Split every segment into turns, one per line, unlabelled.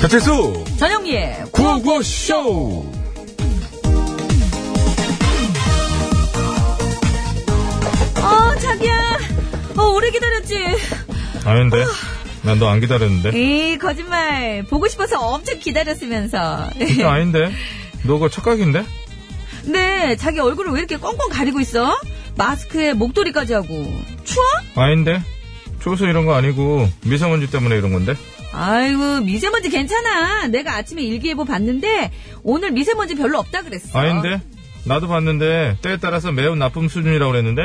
배칠수
전영미의
구호구쇼
어 자기야 어 오래 기다렸지
아닌데 난 너 안 기다렸는데
에이 거짓말 보고 싶어서 엄청 기다렸으면서
그게 아닌데 너가 착각인데
근데 네, 자기 얼굴을 왜 이렇게 꽁꽁 가리고 있어? 마스크에 목도리까지 하고 추워?
아닌데 초소 이런 거 아니고 미세먼지 때문에 이런 건데
아이고 미세먼지 괜찮아 내가 아침에 일기예보 봤는데 오늘 미세먼지 별로 없다 그랬어
아닌데 나도 봤는데 때에 따라서 매우 나쁨 수준이라고 그랬는데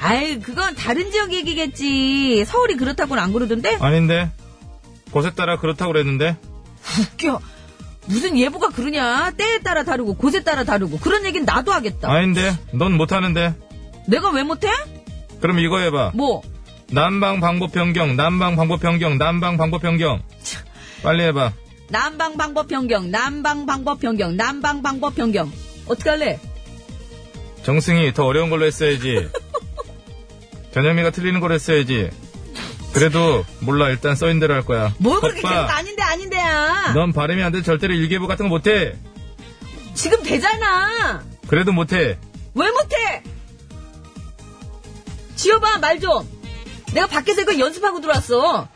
아이 그건 다른 지역 얘기겠지 서울이 그렇다고는 안 그러던데 어,
아닌데 곳에 따라 그렇다고 그랬는데
웃겨 무슨 예보가 그러냐 때에 따라 다르고 곳에 따라 다르고 그런 얘기는 나도 하겠다
아닌데 넌 못하는데
내가 왜 못해?
그럼 이거 해봐
뭐
난방 방법 변경 난방 방법 변경 난방 방법 변경 빨리 해봐
난방 방법 변경 난방 방법 변경 난방 방법 변경 어떻게 할래?
정승이 더 어려운 걸로 했어야지. 전현미가 틀리는 걸로 했어야지. 그래도 몰라 일단 써인 대로 할 거야.
뭘 그렇게
오빠,
계속 아닌데 아닌데야
넌 발음이 안 돼 절대로 일기예보 같은 거 못해.
지금 되잖아
그래도 못해.
왜 못해? 지어봐 말 좀. 내가 밖에서 이거 연습하고 들어왔어.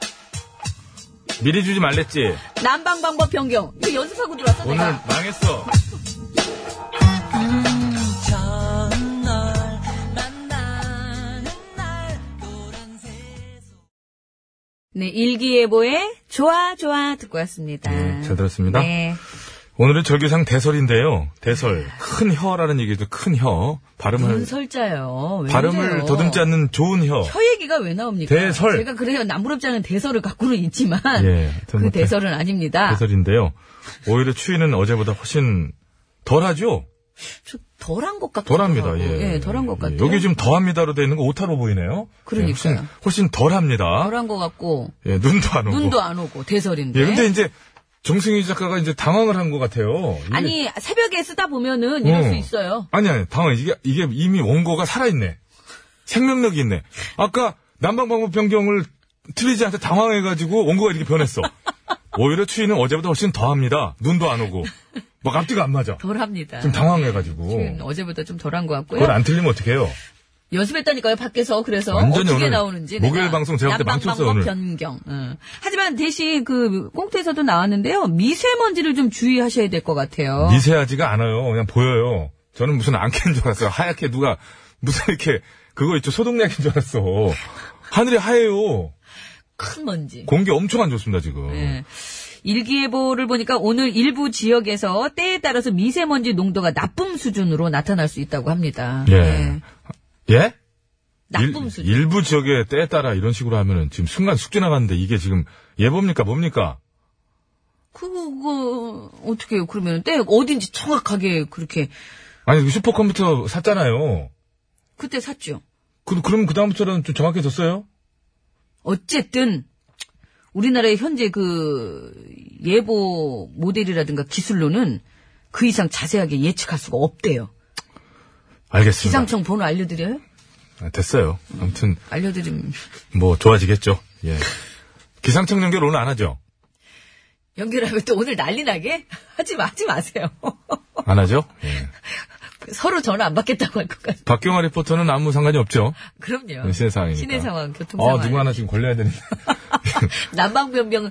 미리 주지 말랬지.
난방 방법 변경 이거 연습하고 들어왔어
오늘
내가.
망했어.
네 일기예보에 좋아 좋아 듣고 왔습니다.
네, 잘 들었습니다.
네.
오늘은 절규상 대설인데요. 대설 큰 혀라는 얘기죠. 큰 혀. 발음을
문설자요. 왜
네. 발음을
그래요?
더듬지 않는 좋은 혀.
혀 얘기가 왜 나옵니까?
대설.
제가 그래요 남부럽지 않은 대설을 갖고는 있지만
예,
그
하여튼 뭐 대-
대설은 아닙니다.
대설인데요. 오히려 추위는 어제보다 훨씬 덜하죠.
좀 덜한 것 같아요.
덜합니다. 예.
덜한 것
예.
같아요.
여기 지금 더합니다로 돼 있는 거 오타로 보이네요.
그러니까요.
예, 훨씬, 훨씬 덜합니다.
덜한 것 같고
예, 눈도 안 오고.
눈도 안 오고 대설인데.
예, 근데 이제 정승희 작가가 이제 당황을 한 것 같아요. 이게-
아니 새벽에 쓰다 보면은 이럴
어.
수 있어요.
아니 아니 당황 이게 이게 이미 원고가 살아 있네. 생명력이 있네. 아까 난방 방법 변경을 틀리지 않게 당황해가지고 원고가 이렇게 변했어. 오히려 추위는 어제보다 훨씬 더합니다. 눈도 안 오고 막 앞뒤가 안 맞아.
덜합니다.
좀 당황해가지고
지금 어제보다 좀 덜한 것 같고요.
그걸 안 틀리면 어떡해요?
연습했다니까요 밖에서 그래서
완전히
어떻게
오늘
나오는지
목요일
내가
방송 제가 그때
난방
망쳤어요,
방법
오늘.
변경. 응. 하지만 대신 그 꽁트에서도 나왔는데요 미세먼지를 좀 주의하셔야 될 것 같아요.
미세하지가 않아요. 그냥 보여요. 저는 무슨 안캔 줄 알았어요. 하얗게 누가 무슨 이렇게 그거 있죠. 소독약인 줄 알았어. 하늘이 하얘요.
큰 먼지.
공기 엄청 안 좋습니다 지금.
예. 일기예보를 보니까 오늘 일부 지역에서 때에 따라서 미세먼지 농도가 나쁨 수준으로 나타날 수 있다고 합니다.
예.
예.
예?
나쁨
일,
수준.
일부 지역에 때에 따라 이런 식으로 하면은 지금 순간 숙주 나갔는데 이게 지금 예보입니까 뭡니까?
그거, 그거, 어떻게 해요? 그러면 때 어딘지 정확하게 그렇게
아니 슈퍼컴퓨터 샀잖아요.
그때 샀죠.
그, 그럼 그 다음부터는 좀 정확해졌어요?
어쨌든 우리나라의 현재 그 예보 모델이라든가 기술로는 그 이상 자세하게 예측할 수가 없대요.
알겠습니다.
기상청 번호 알려드려요?
아, 됐어요. 아무튼
알려드림.
뭐 좋아지겠죠. 예. 기상청 연결 오늘 안 하죠?
연결하면 또 오늘 난리 나게 하지 마, 하지 마세요.
안 하죠? 예.
서로 전화 안 받겠다고 할 것 같아.
박경화 리포터는 아무 상관이 없죠.
그럼요.
시내 아, 상황이니까.
시내 상황, 교통 상황.
아, 누구 하나 지금 걸려야 되는데.
난방변병.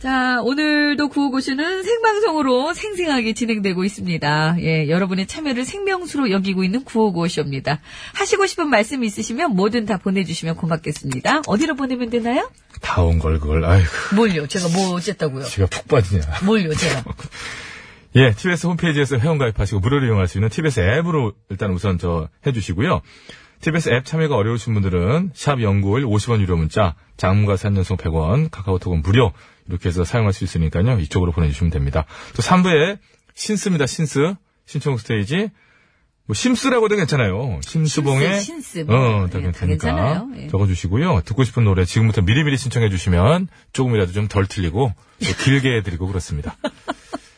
자, 오늘도 구호고쇼는 생방송으로 생생하게 진행되고 있습니다. 예, 여러분의 참여를 생명수로 여기고 있는 구호고쇼입니다. 하시고 싶은 말씀 있으시면 뭐든 다 보내주시면 고맙겠습니다. 어디로 보내면 되나요?
다 온 걸 그걸. 아이고,
뭘요? 제가 뭐 어쨌다고요?
지가 푹 빠지냐.
뭘요, 제가?
예, TBS 홈페이지에서 회원 가입하시고 무료로 이용할 수 있는 TBS 앱으로 일단 우선 저 해주시고요. TBS 앱 참여가 어려우신 분들은 샵 0951 50원 유료 문자, 장문과 3연속 100원, 카카오톡은 무료 이렇게 해서 사용할 수 있으니까요. 이쪽으로 보내주시면 됩니다. 또 3부에 신스입니다. 신스 신청 스테이지 뭐 심스라고 해도 괜찮아요. 심수봉의
신스, 신스.
어, 다
예, 다
괜찮으니까
괜찮아요. 예.
적어주시고요. 듣고 싶은 노래 지금부터 미리미리 신청해주시면 조금이라도 좀 덜 틀리고 또 길게 해드리고 그렇습니다.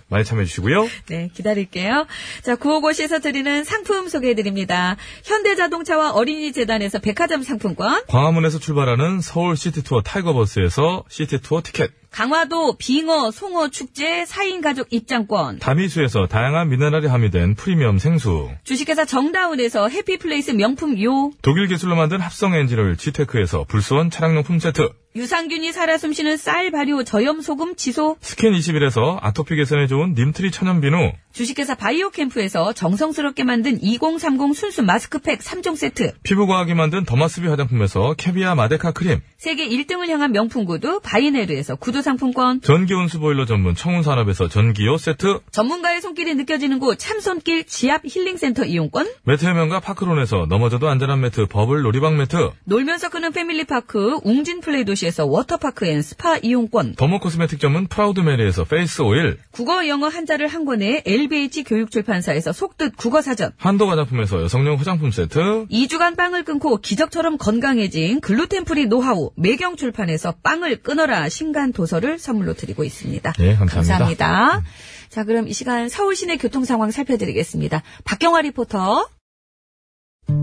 많이 참여해주시고요.
네, 기다릴게요. 자, 구호고시에서 드리는 상품 소개해드립니다. 현대자동차와 어린이재단에서 백화점 상품권,
광화문에서 출발하는 서울 시티투어 타이거버스에서 시티투어 티켓,
강화도 빙어 송어 축제 4인 가족 입장권,
다미수에서 다양한 미네랄이 함유된 프리미엄 생수,
주식회사 정다운에서 해피플레이스 명품 요,
독일 기술로 만든 합성 엔진을 지테크에서 불수원 차량용품 세트,
유산균이 살아 숨쉬는 쌀 발효 저염 소금 지소,
스킨21에서 아토피 개선에 좋은 님트리 천연비누,
주식회사 바이오캠프에서 정성스럽게 만든 2030 순수 마스크팩 3종 세트,
피부과학이 만든 더마스비 화장품에서 캐비아 마데카 크림,
세계 1등을 향한 명품 구두 바이네르에서 구두 상품권,
전기온수 보일러 전문 청운산업에서 전기요 세트,
전문가의 손길이 느껴지는 곳 참손길 지압 힐링센터 이용권,
매트 해명과 파크론에서 넘어져도 안전한 매트 버블 놀이방 매트,
놀면서 크는 패밀리파크 웅진 플레이 도시에서 워터파크 앤 스파 이용권,
더모 코스메틱 점은 프라우드메리에서 페이스 오일,
국어 영어 한자를 한 권에 LBH 교육출판사에서 속뜻 국어사전,
한도 화장품에서 여성용 화장품 세트,
2주간 빵을 끊고 기적처럼 건강해진 글루텐프리 노하우 매경출판에서 빵을 끊어라 신간 도서를 선물로 드리고 있습니다.
예, 감사합니다.
감사합니다. 자, 그럼 이 시간 서울 시내 교통 상황 살펴드리겠습니다. 박경화 리포터. 어,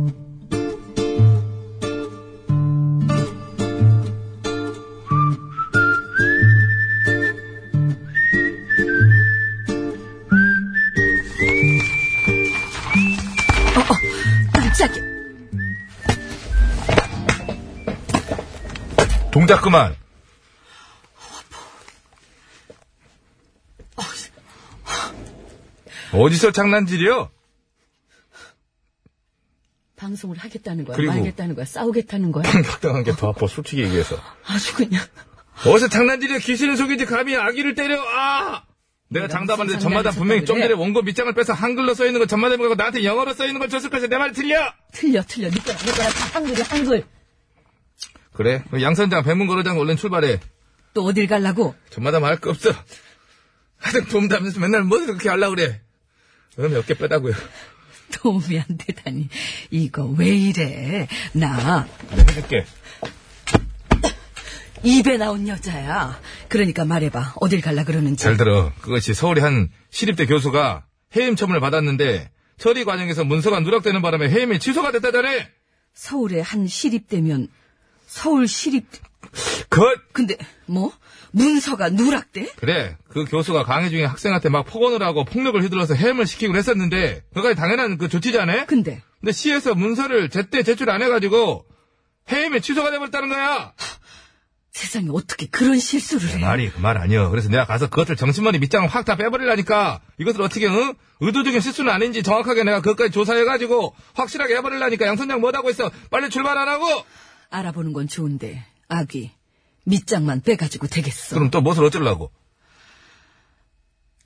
어, 깜짝이야.
동작 그만. 어디서 장난질이요?
방송을 하겠다는 거야,
그리고-
말겠다는 거야, 싸우겠다는 거야.
공격당한 게 더 아파, 솔직히 얘기해서.
아주 그냥.
어디서 장난질이야? 귀신은 속이지, 감히 아기를 때려, 아! 내가 장담하는데
무슨
전마담
장난을
분명히
쳤다
좀
그래?
전에 원고 밑장을 빼서 한글로 써있는 거 전마담 보고 나한테 영어로 써있는 걸 줬을 것이 내 말 틀려!
틀려, 틀려. 니거라내 거라 다 한글이야, 한글.
그래, 그럼 양선장, 배문거로장 얼른 출발해.
또 어딜 갈라고?
전마담 할 거 없어. 하여튼 도움도 안 돼서 맨날 뭐 그렇게 하려고 그래. 그럼 몇개 빼다고요.
도움이 안 되다니. 이거 왜 이래. 나
내가 할게.
입에 나온 여자야. 그러니까 말해봐. 어딜 갈라 그러는지.
잘 들어. 그것이 서울의 한 시립대 교수가 해임 처분을 받았는데 처리 과정에서 문서가 누락되는 바람에 해임이 취소가 됐다더래.
서울의 한 시립대면 서울 시립
그
근데 뭐 문서가 누락돼?
그래. 그 교수가 강의 중에 학생한테 막 폭언을 하고 폭력을 휘둘러서 해임을 시키고 했었는데 그까지 당연한 그 조치잖아.
근데
근데 시에서 문서를 제때 제출 안 해가지고 해임이 취소가 돼버렸다는 거야.
세상에 어떻게 그런 실수를 해?
말이 그 말 아니여. 그래서 내가 가서 그것을 정신머리 밑장을 확 다 빼버리려니까 이것을 어떻게 응? 의도적인 실수는 아닌지 정확하게 내가 그것까지 조사해가지고 확실하게 해버리려니까 양선장 뭐하고 있어? 빨리 출발하라고.
알아보는 건 좋은데 아기 밑장만 빼가지고 되겠어.
그럼 또 무엇을 어쩌려고?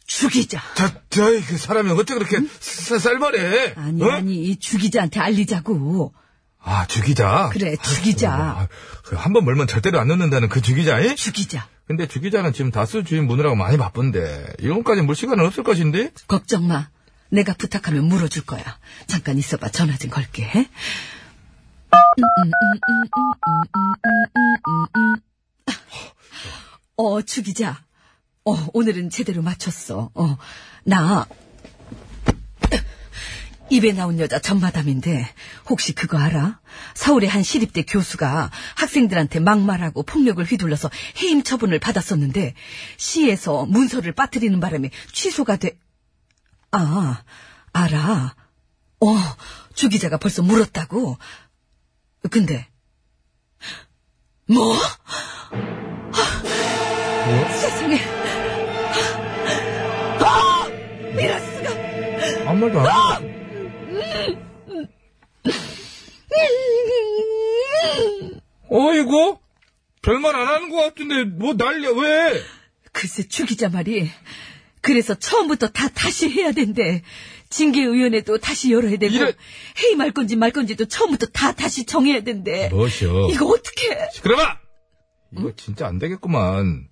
죽이자.
자, 자, 이 사람이 어떻게 그렇게 쌀 쌀벌해?
아니
어?
아니 이 죽이자한테 알리자고.
아, 죽이자. 아, 뭐, 그
그래 죽이자.
한 번 멀면 절대로 안 넣는다는 그 죽이자. 이?
죽이자.
근데 죽이자는 지금 다수 주인 무느라고 많이 바쁜데 이런까지 물 시간은 없을 것인데.
걱정 마. 내가 부탁하면 물어줄 거야. 잠깐 있어봐. 전화 좀 걸게. 어, 죽이자. 어, 오늘은 제대로 맞췄어. 어, 나. 입에 나온 여자 전마담인데 혹시 그거 알아? 서울의 한 시립대 교수가 학생들한테 막말하고 폭력을 휘둘러서 해임 처분을 받았었는데 시에서 문서를 빠뜨리는 바람에 취소가 돼 아, 알아. 어, 주 기자가 벌써 물었다고. 근데, 뭐? 세상에. 아! 이럴 수가.
아무 말도 안 하고. 어이구? 별말 안 하는 것 같은데 뭐 난리야 왜?
글쎄, 주 기자 말이. 그래서 처음부터 다 다시 해야 된대. 징계위원회도 다시 열어야 되고,
이래-
해임할 건지 말 건지도 처음부터 다 다시 정해야 된대.
뭐시여.
이거 어떻게?
시끄러봐! 이거 진짜 안 되겠구만.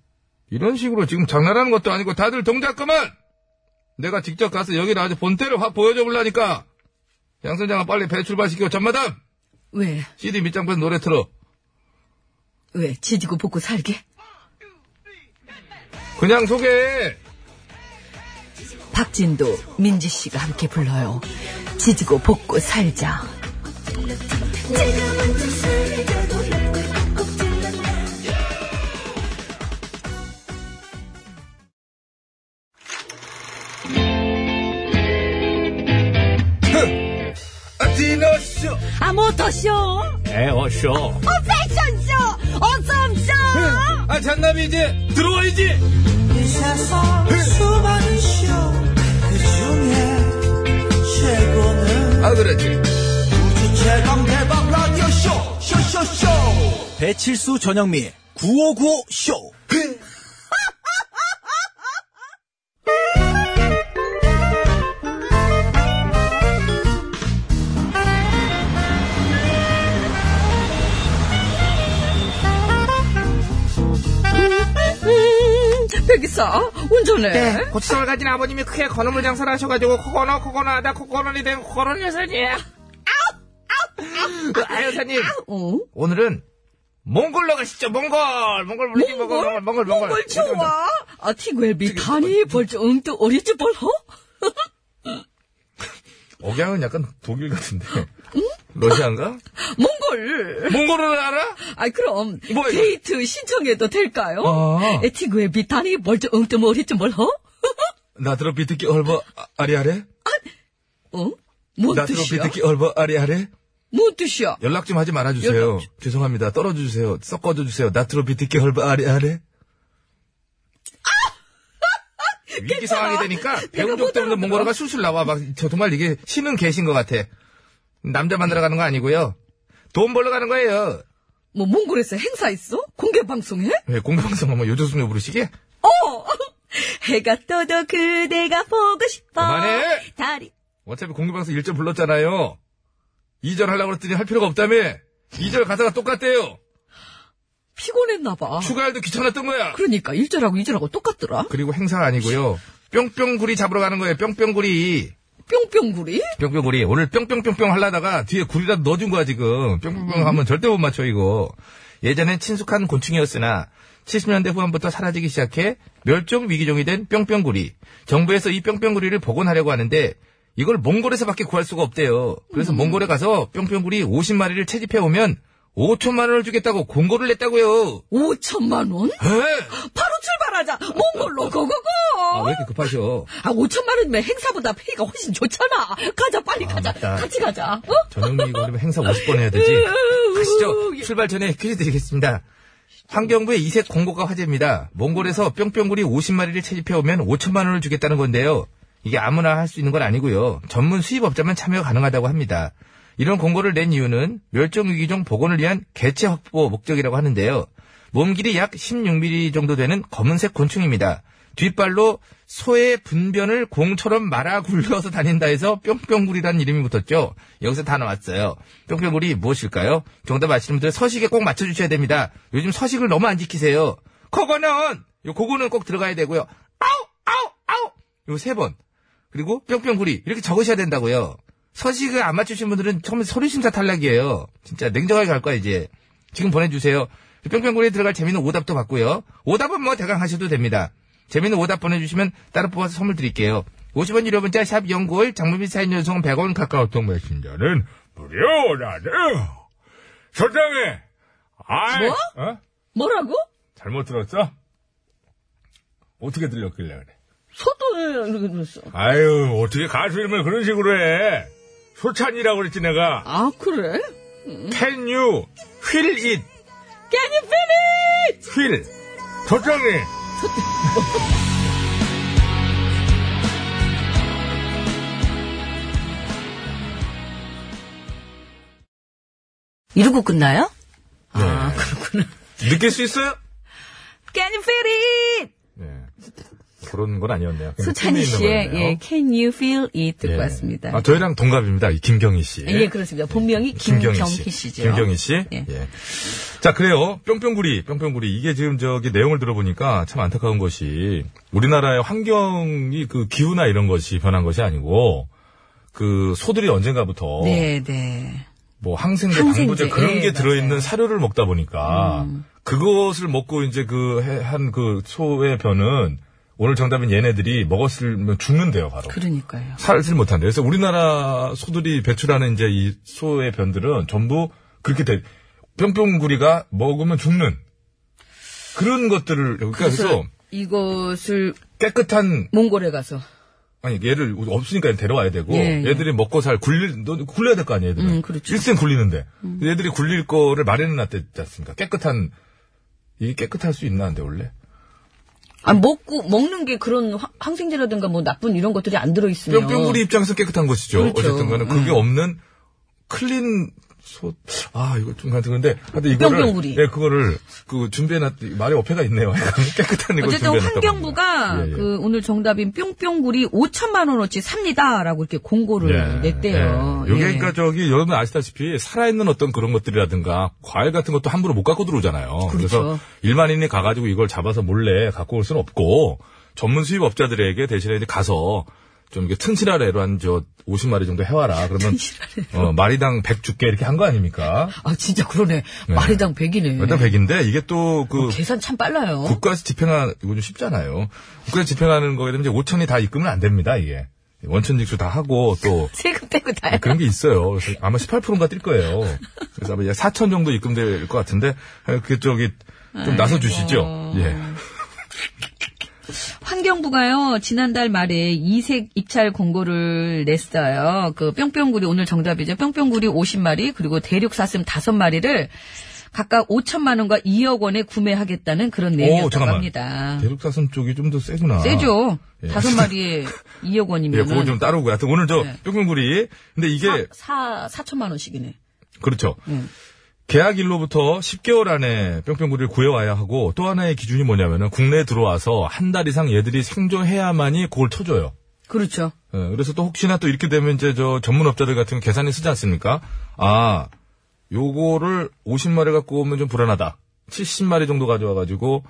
이런 식으로 지금 장난하는 것도 아니고 다들 동작 그만! 내가 직접 가서 여기를 아주 본때를 확 보여줘 보려니까. 양선장아 빨리 배 출발시키고 전마담!
왜?
CD 밑장판 노래 틀어.
왜? 지지고 볶고 살게?
그냥 소개해!
박진도, 민지 씨가 함께 불러요. 지지고 볶고 살자.
디너쇼
아, 모터쇼!
에어쇼.
어, 패션쇼! 어쩜쇼!
아 잔남이 이제 들어와야지
이 세상 수많은 쇼그 중에 최고는
아 그렇지
우주 최강 대박 라디오 쇼 쇼쇼쇼 배칠수 전영미 9595 쇼.
음, 백이사, 운전해.
네.
고추장을 가진 아버님이 크게 건어물 장사를 하셔가지고 코코넛 코코넛하다 코코넛이 된 코코넛 여사님 아 여사님
어?
오늘은 몽골로 가시죠 몽골 몽골 물리지 몽골 몽골 뭐, 몽골
뭘 좋아? 아, 티구엘비, 다니, 벌써 음도 어리지, 벌허?
억양은 약간 독일 같은데. 러시아인가?
몽골!
몽골을 알아?
아이, 그럼,
뭐야?
데이트 신청해도 될까요?
아.
에, 티구엘비, 다니, 벌써 음도 어리지, 벌허?
나트로 비트키 얼버 아리아래?
어? 뭔
나트로
뜻이야?
비트키 얼버 아리아래?
뭔 뜻이야?
연락 좀 하지 말아주세요.
연락
죄송합니다. 떨어주세요. 섞어줘주세요. 나트로 비트키 얼버 아리아래? 아! 위기 상황이 되니까 배운 적 때문에 몽골어가 술술 나와. 막, 저 정말 이게 신은 계신 것 같아. 남자 만나러 가는 거 아니고요. 돈 벌러 가는 거예요.
뭐, 몽골에서 행사 있어? 공개 방송해?
왜 공방송 뭐 요조숙녀 부르시게?
해가 떠도 그대가 보고 싶어.
그만해!
다리.
어차피 공개방송 1절 불렀잖아요. 2절 하려고 그랬더니 할 필요가 없다며. 2절 가사가 똑같대요.
피곤했나봐.
추가할도 귀찮았던 거야.
그러니까, 1절하고 2절하고 똑같더라.
그리고 행사 아니고요. 뿅뿅구리 잡으러 가는 거예요. 뿅뿅구리.
뿅뿅구리?
뿅뿅구리. 오늘 뿅뿅뿅뿅 하려다가 뒤에 구리라도 넣어준 거야, 지금. 뿅뿅뿅 하면 절대 못 맞춰, 이거. 예전엔 친숙한 곤충이었으나 70년대 후반부터 사라지기 시작해 멸종 위기종이 된 뿅뿅구리. 정부에서 이 뿅뿅구리를 복원하려고 하는데 이걸 몽골에서밖에 구할 수가 없대요. 그래서 몽골에 가서 뿅뿅구리 50마리를 채집해 오면 5천만 원을 주겠다고 공고를 냈다고요.
5천만원?
에?
바로 출발하자! 몽골로 고고고!
아, 왜 이렇게 급하셔?
아, 5천만 원이면 행사보다 페이가 훨씬 좋잖아. 가자, 빨리 가자.
맞다.
같이 가자. 어?
전영미 이거 아니면 행사 50번 해야 되지.
예.
가시죠. 출발 전에 퀴즈 드리겠습니다. 환경부의 이색 공고가 화제입니다. 몽골에서 뿅뿅구리 50마리를 채집해오면 5천만 원을 주겠다는 건데요. 이게 아무나 할 수 있는 건 아니고요. 전문 수입업자만 참여 가능하다고 합니다. 이런 공고를 낸 이유는 멸종위기종 복원을 위한 개체 확보 목적이라고 하는데요. 몸길이 약 16mm 정도 되는 검은색 곤충입니다. 뒷발로 소의 분변을 공처럼 말아 굴려서 다닌다 해서 뿅뿅구리라는 이름이 붙었죠. 여기서 다 나왔어요. 뿅뿅구리 무엇일까요? 정답 아시는 분들 서식에 꼭 맞춰주셔야 됩니다. 요즘 서식을 너무 안 지키세요. 그거는! 요, 그거는 꼭 들어가야 되고요. 아우! 아우! 아우! 요 세 번. 그리고 뿅뿅구리. 이렇게 적으셔야 된다고요. 서식을 안 맞추신 분들은 처음에 서류심사 탈락이에요. 진짜 냉정하게 갈 거야, 이제. 지금 보내주세요. 뿅뿅구리에 들어갈 재미있는 오답도 받고요. 오답은 뭐 대강 하셔도 됩니다. 재미있는 오답 보내주시면 따로 뽑아서 선물 드릴게요. 50원 유료 문자 샵 연골 장문 및 사인 연속 100원 카카오톡 메신저는 무료라네요. 소장에 아이
뭐?
어?
뭐라고?
잘못 들었어? 어떻게 들렸길래 그래?
소돈을 그랬어.
아유 어떻게 가수 이름을 그런 식으로 해? 소찬이라고 그랬지 내가.
아, 그래?
Can you feel it?
Can you feel it?
휠 소장이
이러고 끝나요?
느낄 수 있어요?
Can you feel it?
네. 그런 건 아니었네요. 그냥
소찬희
꿈이 있는
씨의
거였네요.
예, Can you feel it 듣고
예.
왔습니다.
아, 저희랑 동갑입니다. 이 김경희 씨.
예, 그렇습니다. 본명이 김경희 씨죠.
김경희 씨.
예.
예. 자, 그래요. 뿅뿅구리, 뿅뿅구리. 이게 지금 저기 내용을 들어보니까 참 안타까운 것이 우리나라의 환경이 그 기후나 이런 것이 변한 것이 아니고 그 소들이 언젠가부터
네, 네.
뭐 항생제,
항생제.
방부제 그런
예,
게 들어있는
맞아요.
사료를 먹다 보니까 그것을 먹고 이제 그 한 그 소의 변은 오늘 정답은 얘네들이 먹었으면 죽는데요, 바로.
그렇죠.
그러니까요.
살질 못한대요. 그래서 우리나라 소들이 배출하는 이제 이 소의 변들은 전부 그렇게 돼. 뿅뿅구리가 먹으면 죽는 그런 것들을 그러니까 그래서
이것을
깨끗한
몽골에 가서
아니 얘를 없으니까 데려와야 되고
예, 예.
얘들이 먹고 살 굴릴 너 굴려야 될 거 아니에요 얘들은
음, 그렇죠.
일생 굴리는데 얘들이 굴릴 거를 마련해 놨지 않습니까 깨끗한 이게 깨끗할 수 있나 근데 원래 음.
아 먹고 먹는 게 그런 화- 항생제라든가 뭐 나쁜 이런 것들이 안 들어 있으면
뿅뿅구리 입장에서 깨끗한 것이죠
그렇죠.
어쨌든 간에 그게 없는 클린 소 아 이거 좀 같은 건데 하여튼 이거를
뿅뿅구리.
예 그거를 그 준비해 놨 말에 어폐가 있네요 깨끗한 이걸 준비해
어쨌든
놨다 예,
환경부가 그 오늘 정답인 뿅뿅구리 5천만 원어치 삽니다라고 이렇게
네,
공고를
예,
냈대요.
네. 요게
예.
그러니까 저기 여러분 아시다시피 살아있는 어떤 그런 것들이라든가 과일 같은 것도 함부로 못 갖고 들어오잖아요. 래서
그렇죠.
일반인이 가가지고 이걸 잡아서 몰래 갖고 올 수는 없고 전문 수입업자들에게 대신에 이제 가서 좀 이게 튼실하래로 한 저 50마리 정도 해와라. 그러면 어, 마리당 100주께 이렇게 한 거 아닙니까?
아 진짜 그러네
예.
마리당 100이네 어,
일단 100인데 이게 또그
계산 참 빨라요
국가에서 집행하는 이거 좀 쉽잖아요. 국가에서 집행하는 거에 되면 이제 5천이 다 입금은 안 됩니다. 이게 원천 직수 다 하고 또
세금 떼고 다
네, 그런 게 있어요. 그래서 아마 18%인가 뛸 거예요. 그래서 아마 4천 정도 입금될 것 같은데 아, 그 쪽이 좀 나서 주시죠. 예.
환경부가요, 지난달 말에 이색 입찰 공고를 냈어요. 그 뿅뿅구리, 오늘 정답이죠. 뿅뿅구리 50마리, 그리고 대륙사슴 5마리를 각각 5천만 원과 2억 원에 구매하겠다는 그런 내용이었다고 합니다.
대륙사슴 쪽이 좀 더 세구나.
세죠?
예.
다섯 마리에 2억
예, 그거
원이면.
좀 따르고. 하여튼 오늘 저
네. 아.
뿅뿅구리. 근데 이게
사 4천만 원씩이네
그렇죠.
음.
계약일로부터 10개월 안에 뿅뿅구리를 구해와야 하고 또 하나의 기준이 뭐냐면은 국내에 들어와서 한 달 이상 얘들이 생존해야만이 그걸 쳐줘요.
그렇죠
예, 그래서 또 혹시나 또 이렇게 되면 이제 저 전문업자들 같은 경우 계산이 쓰지 않습니까? 아, 요거를 50마리 갖고 오면 좀 불안하다. 70마리 정도 가져와가지고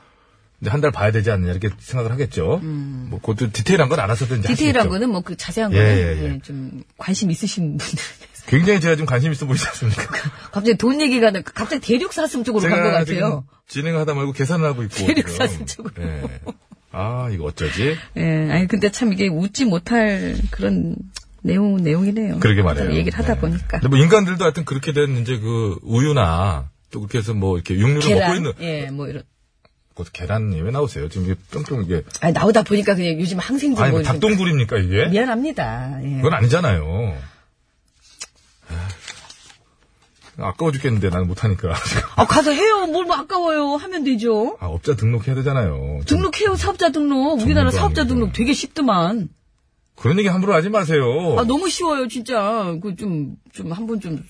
이제 한 달 봐야 되지 않느냐 이렇게 생각을 하겠죠. 뭐 그것도 디테일한 건 알아서도 이제
음. 디테일한
하시겠죠.
거는 뭐 그 자세한
예,
거는
예, 예.
예, 좀 관심 있으신 분들
굉장히 제가 좀 관심 있어 보이지 않습니까?
갑자기 돈 얘기가 나 갑자기 대륙사슴 쪽으로 간 것
제가 지금
같아요
진행하다 말고 계산을 하고 있고.
대륙
지금.
사슴 쪽으로.
예. 아 이거 어쩌지?
예, 아니, 근데 참 이게 웃지 못할 그런 내용, 내용이네요.
그러게 말이에요.
참 얘기를 하다
네.
보니까.
근데 뭐 인간들도 하여튼 그렇게 된 이제 그 우유나 또 그렇게 해서 뭐 이렇게 육류를 먹고 있는
계란 예뭐 이런
곧 계란이 왜 나오세요? 지금 이게 뿅뿅 이게
아니, 나오다 보니까 그냥 요즘 항생제
아니
뭐
뭐
이렇게
닭동굴입니까 이게?
미안합니다 예.
그건 아니잖아요. 에휴, 아까워 죽겠는데 나는 못하니까.
아 가서 해요 뭘 뭐 아까워요 하면 되죠
아 업자 등록해야 되잖아요. 좀
등록해요 사업자 등록 우리나라
전문도
사업자
아니고.
등록 되게 쉽더만
그런 얘기 함부로 하지 마세요.
아 너무 쉬워요 진짜 그 좀 좀 한 번 좀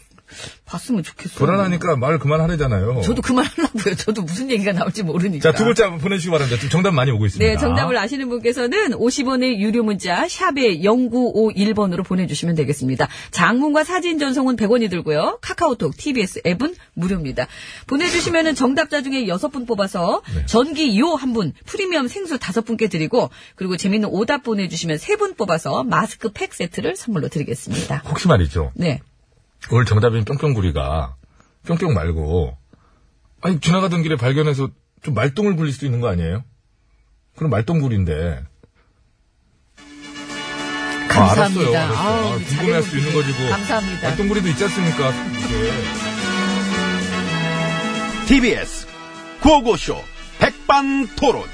봤으면 좋겠어요
불안하니까 말 그만하래잖아요.
저도 그만하려고요 저도 무슨 얘기가 나올지 모르니까
자, 두 글자 한번 보내주시기 바랍니다. 지금 정답 많이 오고 있습니다.
네, 정답을 아시는 분께서는 50원의 유료 문자 샵에 0951번으로 보내주시면 되겠습니다. 장문과 사진 전송은 100원이 들고요. 카카오톡, TBS 앱은 무료입니다. 보내주시면 은 정답자 중에 6분 뽑아서
네.
전기 요 1분, 프리미엄 생수 5분께 드리고 그리고 재밌는 오답 보내주시면 3분 뽑아서 마스크 팩 세트를 선물로 드리겠습니다.
혹시 말이죠.
네.
오늘 정답인 뿅뿅구리가 뿅뿅 말고 아니 지나가던 길에 발견해서 좀 말똥을 굴릴 수도 있는 거 아니에요? 그럼 말똥구리인데 아,
감사합니다
알았어요. 알았어요. 아,
아우,
궁금해할 수 있는 거지 뭐.
감사합니다
말똥구리도 있지 않습니까? 이게.
TBS 구호고쇼 백반토론.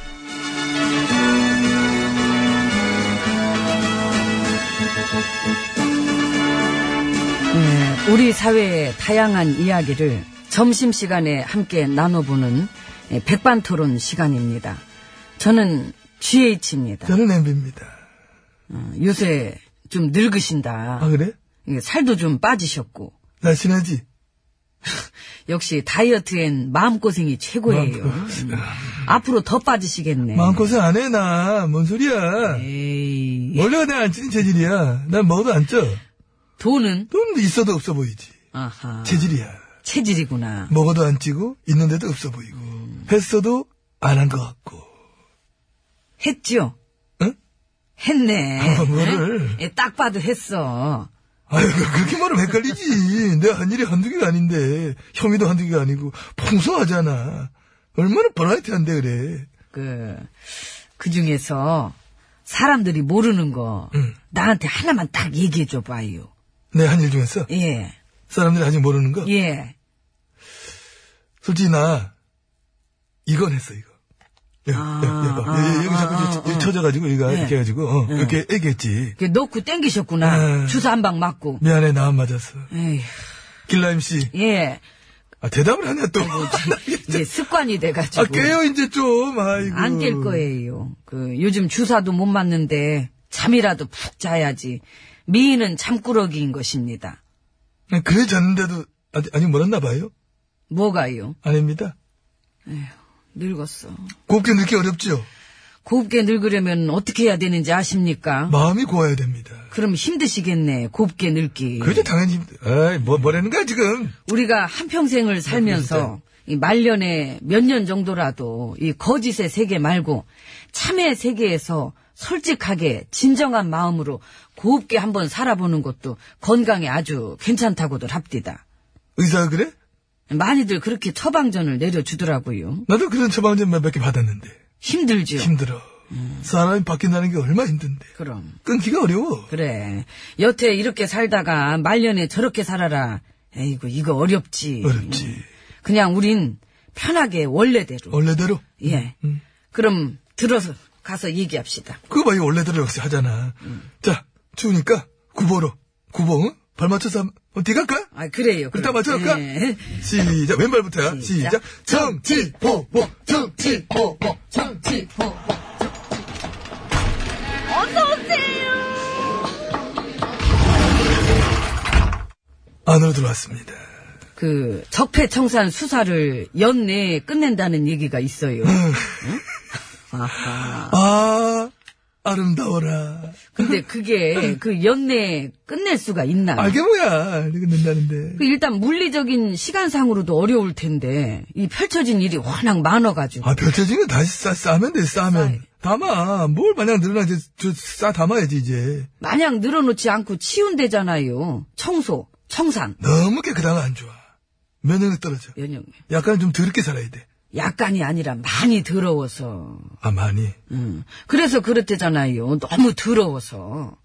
네, 우리 사회의 다양한 이야기를 점심시간에 함께 나눠보는 예, 백반토론 시간입니다. 저는 GH입니다.
저는 엠비입니다.
요새 좀 늙으신다.
아, 그래?
예, 살도 좀 빠지셨고.
날씬하지?
역시 다이어트엔 마음고생이 최고예요. 음, 앞으로 더 빠지시겠네.
마음고생 안 해, 나. 뭔 소리야.
에이,
원래가 내가 안 찌는 체질이야. 난 먹어도 안 쪄.
돈은?
돈도 있어도 없어 보이지.
아하,
체질이야.
체질이구나.
먹어도 안 찌고, 있는데도 없어 보이고. 했어도 안 한 것 같고.
했죠?
응?
했네.
아, 뭐를?
응? 예, 딱 봐도 했어.
아유, 그- 그렇게 말하면 헷갈리지. 내가 한 일이 한두 개가 아닌데, 혐의도 한두 개가 아니고, 풍성하잖아. 얼마나 버라이트한데, 그래.
그
그 중에서 사람들이 모르는 거
음.
나한테 하나만 딱 얘기해 줘 봐요.
내 한 일 중에서
예.
사람들이 아직 모르는 거?
예.
솔직히 나 이건 했어 이거. 예, 여,
아,
여, 여, 봐. 예, 여, 여, 여기 자꾸 이렇게 쳐져가지고 이거
예.
이렇게 해가지고 어, 이렇게 얘기했지.
그 넣고 땡기셨구나.
아.
주사 한 방 맞고.
미안해 나 안 맞았어.
에휴,
길라임 씨,
예. 뭐
아, 대답을 하냐 또.
이제 습관이 돼 가지고.
아 깨요 음. 이제 좀. 아이고.
뭐. 안 깰 거예요. 그 요즘 주사도 못 맞는데 잠이라도 푹 자야지. 미인은 잠꾸러기인 것입니다.
그래 잤는데도 아직, 아직 멀었나 봐요.
뭐가요?
아닙니다.
늙었어.
곱게 늙기 어렵죠.
곱게 늙으려면 어떻게 해야 되는지 아십니까?
마음이 고와야 됩니다.
그럼 힘드시겠네. 곱게 늙기.
그게 당연히 힘들. 아이 뭐 뭐라는 거야 지금.
우리가 한 평생을 살면서 이 말년에 몇 년 정도라도 이 거짓의 세계 말고 참의 세계에서 솔직하게 진정한 마음으로 곱게 한번 살아보는 것도 건강에 아주 괜찮다고들 합디다.
의사가 그래?
많이들 그렇게 처방전을 내려주더라고요.
나도 그런 처방전 몇 개 받았는데
힘들죠.
힘들어.
음.
사람이 바뀐다는 게 얼마나 힘든데.
그럼
끊기가 어려워.
그래. 여태 이렇게 살다가 말년에 저렇게 살아라. 에이구 이거 어렵지.
어렵지.
그냥 우린 편하게 원래대로.
원래대로.
예.
음.
그럼 들어서 가서 얘기합시다.
그거 봐, 이 원래대로 역시 하잖아. 자, 추우니까 구보로. 구보, 응? 발 맞춰서 한번 어디 갈까?
아 그래요.
그렇다
그럼.
맞춰볼까?
예.
시작. 왼발부터야. 시작.
시작.
정치, 보보, 정치, 보보. 안으로 들어왔습니다.
그 적폐청산 수사를 연내에 끝낸다는 얘기가 있어요.
음.
응? 아하.
아, 아름다워라.
근데 그게
음.
그 연내에 끝낼 수가 있나?
아, 이게 뭐야. 이거 는다는데.
그 일단 물리적인 시간상으로도 어려울 텐데 이 펼쳐진 일이 워낙 많아가지고
아, 펼쳐진 거 다시 싸, 싸면 돼, 싸면. 담아. 뭘 마냥 늘어나, 이제, 저, 싸 담아야지, 이제.
마냥 늘어놓지 않고 치운대잖아요. 청소, 청산,
너무 깨끗하면 안 좋아. 면역력 떨어져.
면역.
약간 좀 더럽게 살아야 돼.
약간이 아니라 많이 더러워서.
아, 많이.
음. 그래서 그렇대잖아요. 너무 더러워서.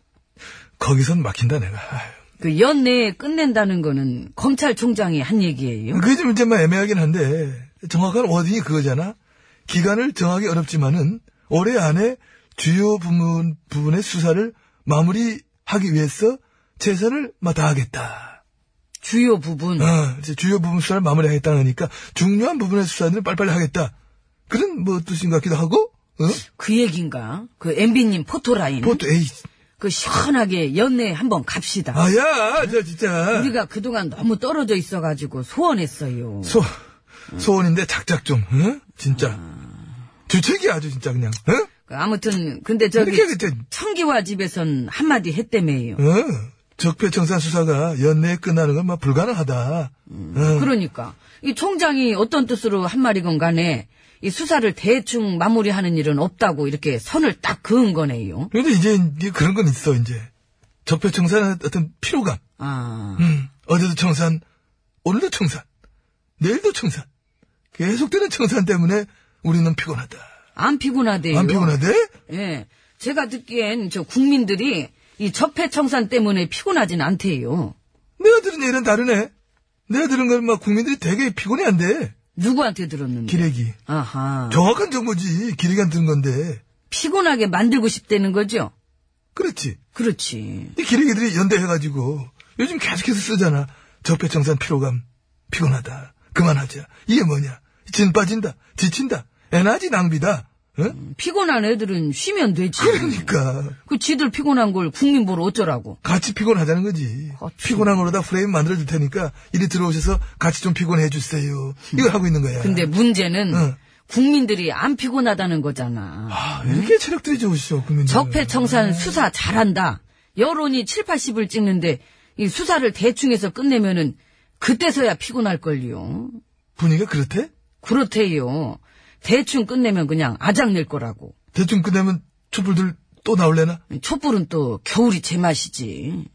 거기선 막힌다, 내가. 아유.
그 연내에 끝낸다는 거는 검찰총장이 한 얘기예요.
그게 좀 이제 막 애매하긴 한데, 정확한 워딩이 그거잖아? 기간을 정하기 어렵지만은, 올해 안에 주요 부분, 부분의 수사를 마무리하기 위해서 최선을 막 다하겠다.
주요 부분.
어, 이제 주요 부분 수사를 마무리하겠다는 거니까, 중요한 부분의 수사는 빨리빨리 하겠다. 그런 뭐 뜻인 것 같기도 하고, 어?
그 얘긴가? 그 MB님 포토라인.
보통, 에이,
그 시원하게 연내에 한번 갑시다.
아야, 저 진짜.
우리가 그동안 너무 떨어져 있어가지고 소원했어요.
소, 소원인데 작작 좀, 응? 진짜. 주책이 아주 진짜 그냥, 응?
그 아무튼 근데 저기
이렇게 그때,
청기화 집에선 한마디 했다며요.
응? 어? 적폐청산 수사가 연내에 끝나는 건 막 불가능하다. 어? 응.
그러니까 이 총장이 어떤 뜻으로 한 말이건 간에 이 수사를 대충 마무리하는 일은 없다고 이렇게 선을 딱 그은 거네요.
근데 이제 이게 그런 건 있어, 이제. 적폐청산의 어떤 피로감.
아,
음, 어제도 청산, 오늘도 청산, 내일도 청산. 계속되는 청산 때문에 우리는 피곤하다.
안 피곤하대요.
안 피곤하대?
예. 제가 듣기엔 저 국민들이 이 적폐청산 때문에 피곤하진 않대요.
내가 들은 얘기는 다르네. 내가 들은 건 막 국민들이 되게 피곤해한대.
누구한테 들었는데?
기레기.
아하.
정확한 정보지. 기레기 안 드는 건데.
피곤하게 만들고 싶다는 거죠?
그렇지.
그렇지.
이 기레기들이 연대해가지고 요즘 계속해서 쓰잖아. 적폐청산 피로감. 피곤하다. 그만하자. 이게 뭐냐. 진 빠진다. 지친다. 에너지 낭비다. 응?
피곤한 애들은 쉬면 되지.
그러니까
그 지들 피곤한 걸 국민 보러 어쩌라고.
같이 피곤하자는 거지. 피곤한 거로다 프레임 만들어줄 테니까 이리 들어오셔서 같이 좀 피곤해 주세요. 이걸 하고 있는 거야.
근데 문제는
응.
국민들이 안 피곤하다는 거잖아.
아, 네. 이렇게 체력들이 좋으시죠 국민들.
적폐청산 수사 잘한다. 여론이 7, 80을 찍는데 이 수사를 대충 해서 끝내면은 그때서야 피곤할걸요.
분위기가 그렇대?
그렇대요. 대충 끝내면 그냥 아작낼 거라고.
대충 끝내면 촛불들 또 나올래나?
촛불은 또 겨울이 제맛이지.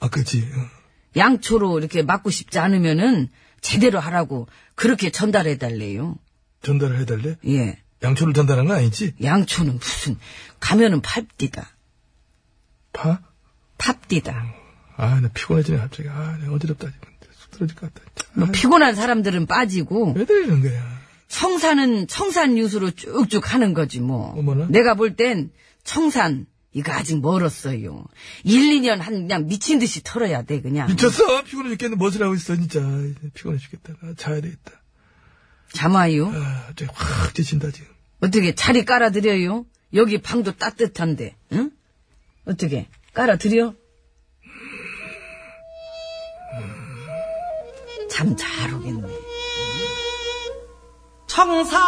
아, 그렇지. 응.
양초로 이렇게 맞고 싶지 않으면은 제대로 하라고 그렇게 전달해달래요.
전달을 해달래?
예.
양초를 단다는 건 아니지?
양초는 무슨 가면은 팝디다.
파?
팝디다.
아, 나 피곤해지네, 갑자기. 아, 내가 어지럽다. 속 떨어질 것 같다. 진짜.
뭐 피곤한 사람들은 빠지고
왜 들리는 거야?
청산은 청산 유수로 쭉쭉 하는 거지 뭐.
어머나.
내가 볼 땐 청산 이거 아직 멀었어요. 1, 2년 한 그냥 미친 듯이 털어야 돼 그냥.
미쳤어? 피곤해 죽겠는데 무엇을 하고 있어, 진짜. 아, 피곤해 죽겠다. 아, 자야 되겠다.
잠아요.
아, 갑자기 확 지친다, 지금.
어떻게 자리 깔아드려요? 여기 방도 따뜻한데, 응? 어떻게 깔아드려? 잠 잘 오겠네.
청산
아,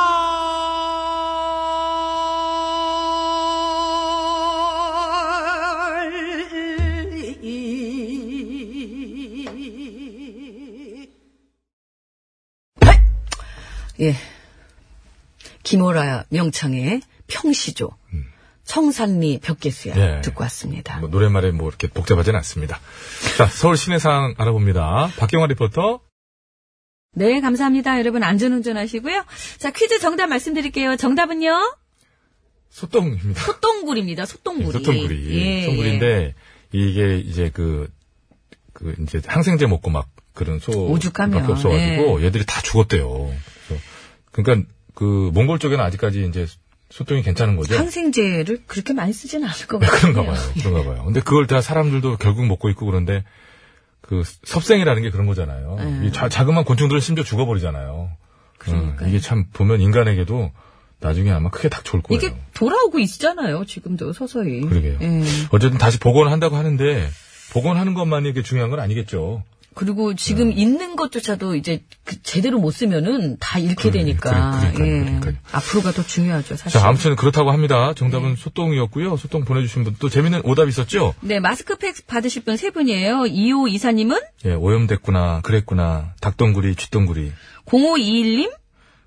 예. 김호라 명창의 평시조. 청산리 벽계수야
예.
듣고 왔습니다.
뭐 노랫말에 뭐 이렇게 복잡하진 않습니다. 자, 서울 시내 상황 알아봅니다. 박경화 리포터.
네, 감사합니다. 여러분 안전운전 하시고요. 자, 퀴즈 정답 말씀드릴게요. 정답은요?
소똥입니다.
소똥구리입니다. 소똥구리.
네, 소통구리.
예, 예.
소통구리인데, 이게 이제 그, 그, 이제 항생제 먹고 막 그런 소.
오죽하면,
밖에 없어가지고, 얘들이 다 죽었대요. 그래서 그러니까 그, 몽골 쪽에는 아직까지 이제 소통이 괜찮은 거죠?
항생제를 그렇게 많이 쓰진 않을 것
네,
같아요.
그런가 봐요. 그런가 봐요. 근데 그걸 다 사람들도 결국 먹고 있고 그런데, 그, 섭생이라는 게 그런 거잖아요. 이 자, 자그마한 곤충들은 심지어 죽어버리잖아요. 음, 이게 참 보면 인간에게도 나중에 아마 크게 닥쳐올 거예요.
이게 돌아오고 있잖아요. 지금도 서서히.
그러게요.
예.
어쨌든 다시 복원을 한다고 하는데 복원하는 것만이 이게 중요한 건 아니겠죠.
그리고 지금
네.
있는 것조차도 이제 그 제대로 못 쓰면은 다 잃게
그래,
되니까.
그래, 그러니까요,
예.
그러니까요.
앞으로가 더 중요하죠, 사실.
자, 아무튼 그렇다고 합니다. 정답은 소똥이었고요. 소똥 보내주신 분 또 재밌는 오답 있었죠.
네, 마스크팩 받으실 분 세 분이에요. 25 이사님은
예, 오염됐구나, 그랬구나, 닭똥구리, 쥐똥구리.
0521님,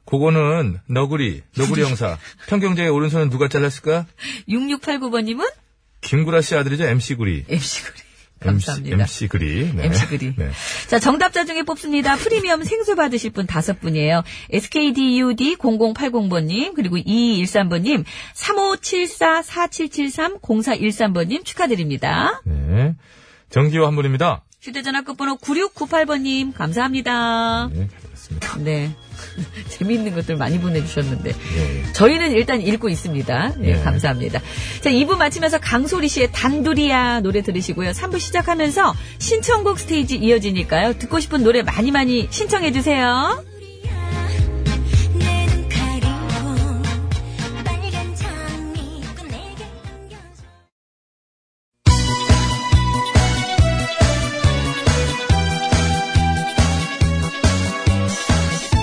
그거는 너구리, 너구리 형사. 평경제의 오른손은 누가 잘랐을까?
6689번님은
김구라 씨 아들이죠, MC 구리.
MC 그리. 감사합니다.
MC, 구리. 네.
MC 구리.
네.
자, 정답자 중에 뽑습니다. 프리미엄 생수 받으실 분 다섯 분이에요. SKDUD0080번님, 그리고 2213번님, 3574-4773-0413번님 축하드립니다.
네. 정기호 한 분입니다.
휴대전화 끝번호 9698번님, 감사합니다.
네, 잘 들었습니다.
네. 재미있는 것들 많이 보내주셨는데.
예, 예.
저희는 일단 읽고 있습니다. 예,
네.
감사합니다. 자, 2부 마치면서 강소리 씨의 단둘이야 노래 들으시고요. 3부 시작하면서 신청곡 스테이지 이어지니까요. 듣고 싶은 노래 많이 많이 신청해주세요.
내눈 가리고 빨간 장미꽃 내게 안겨줘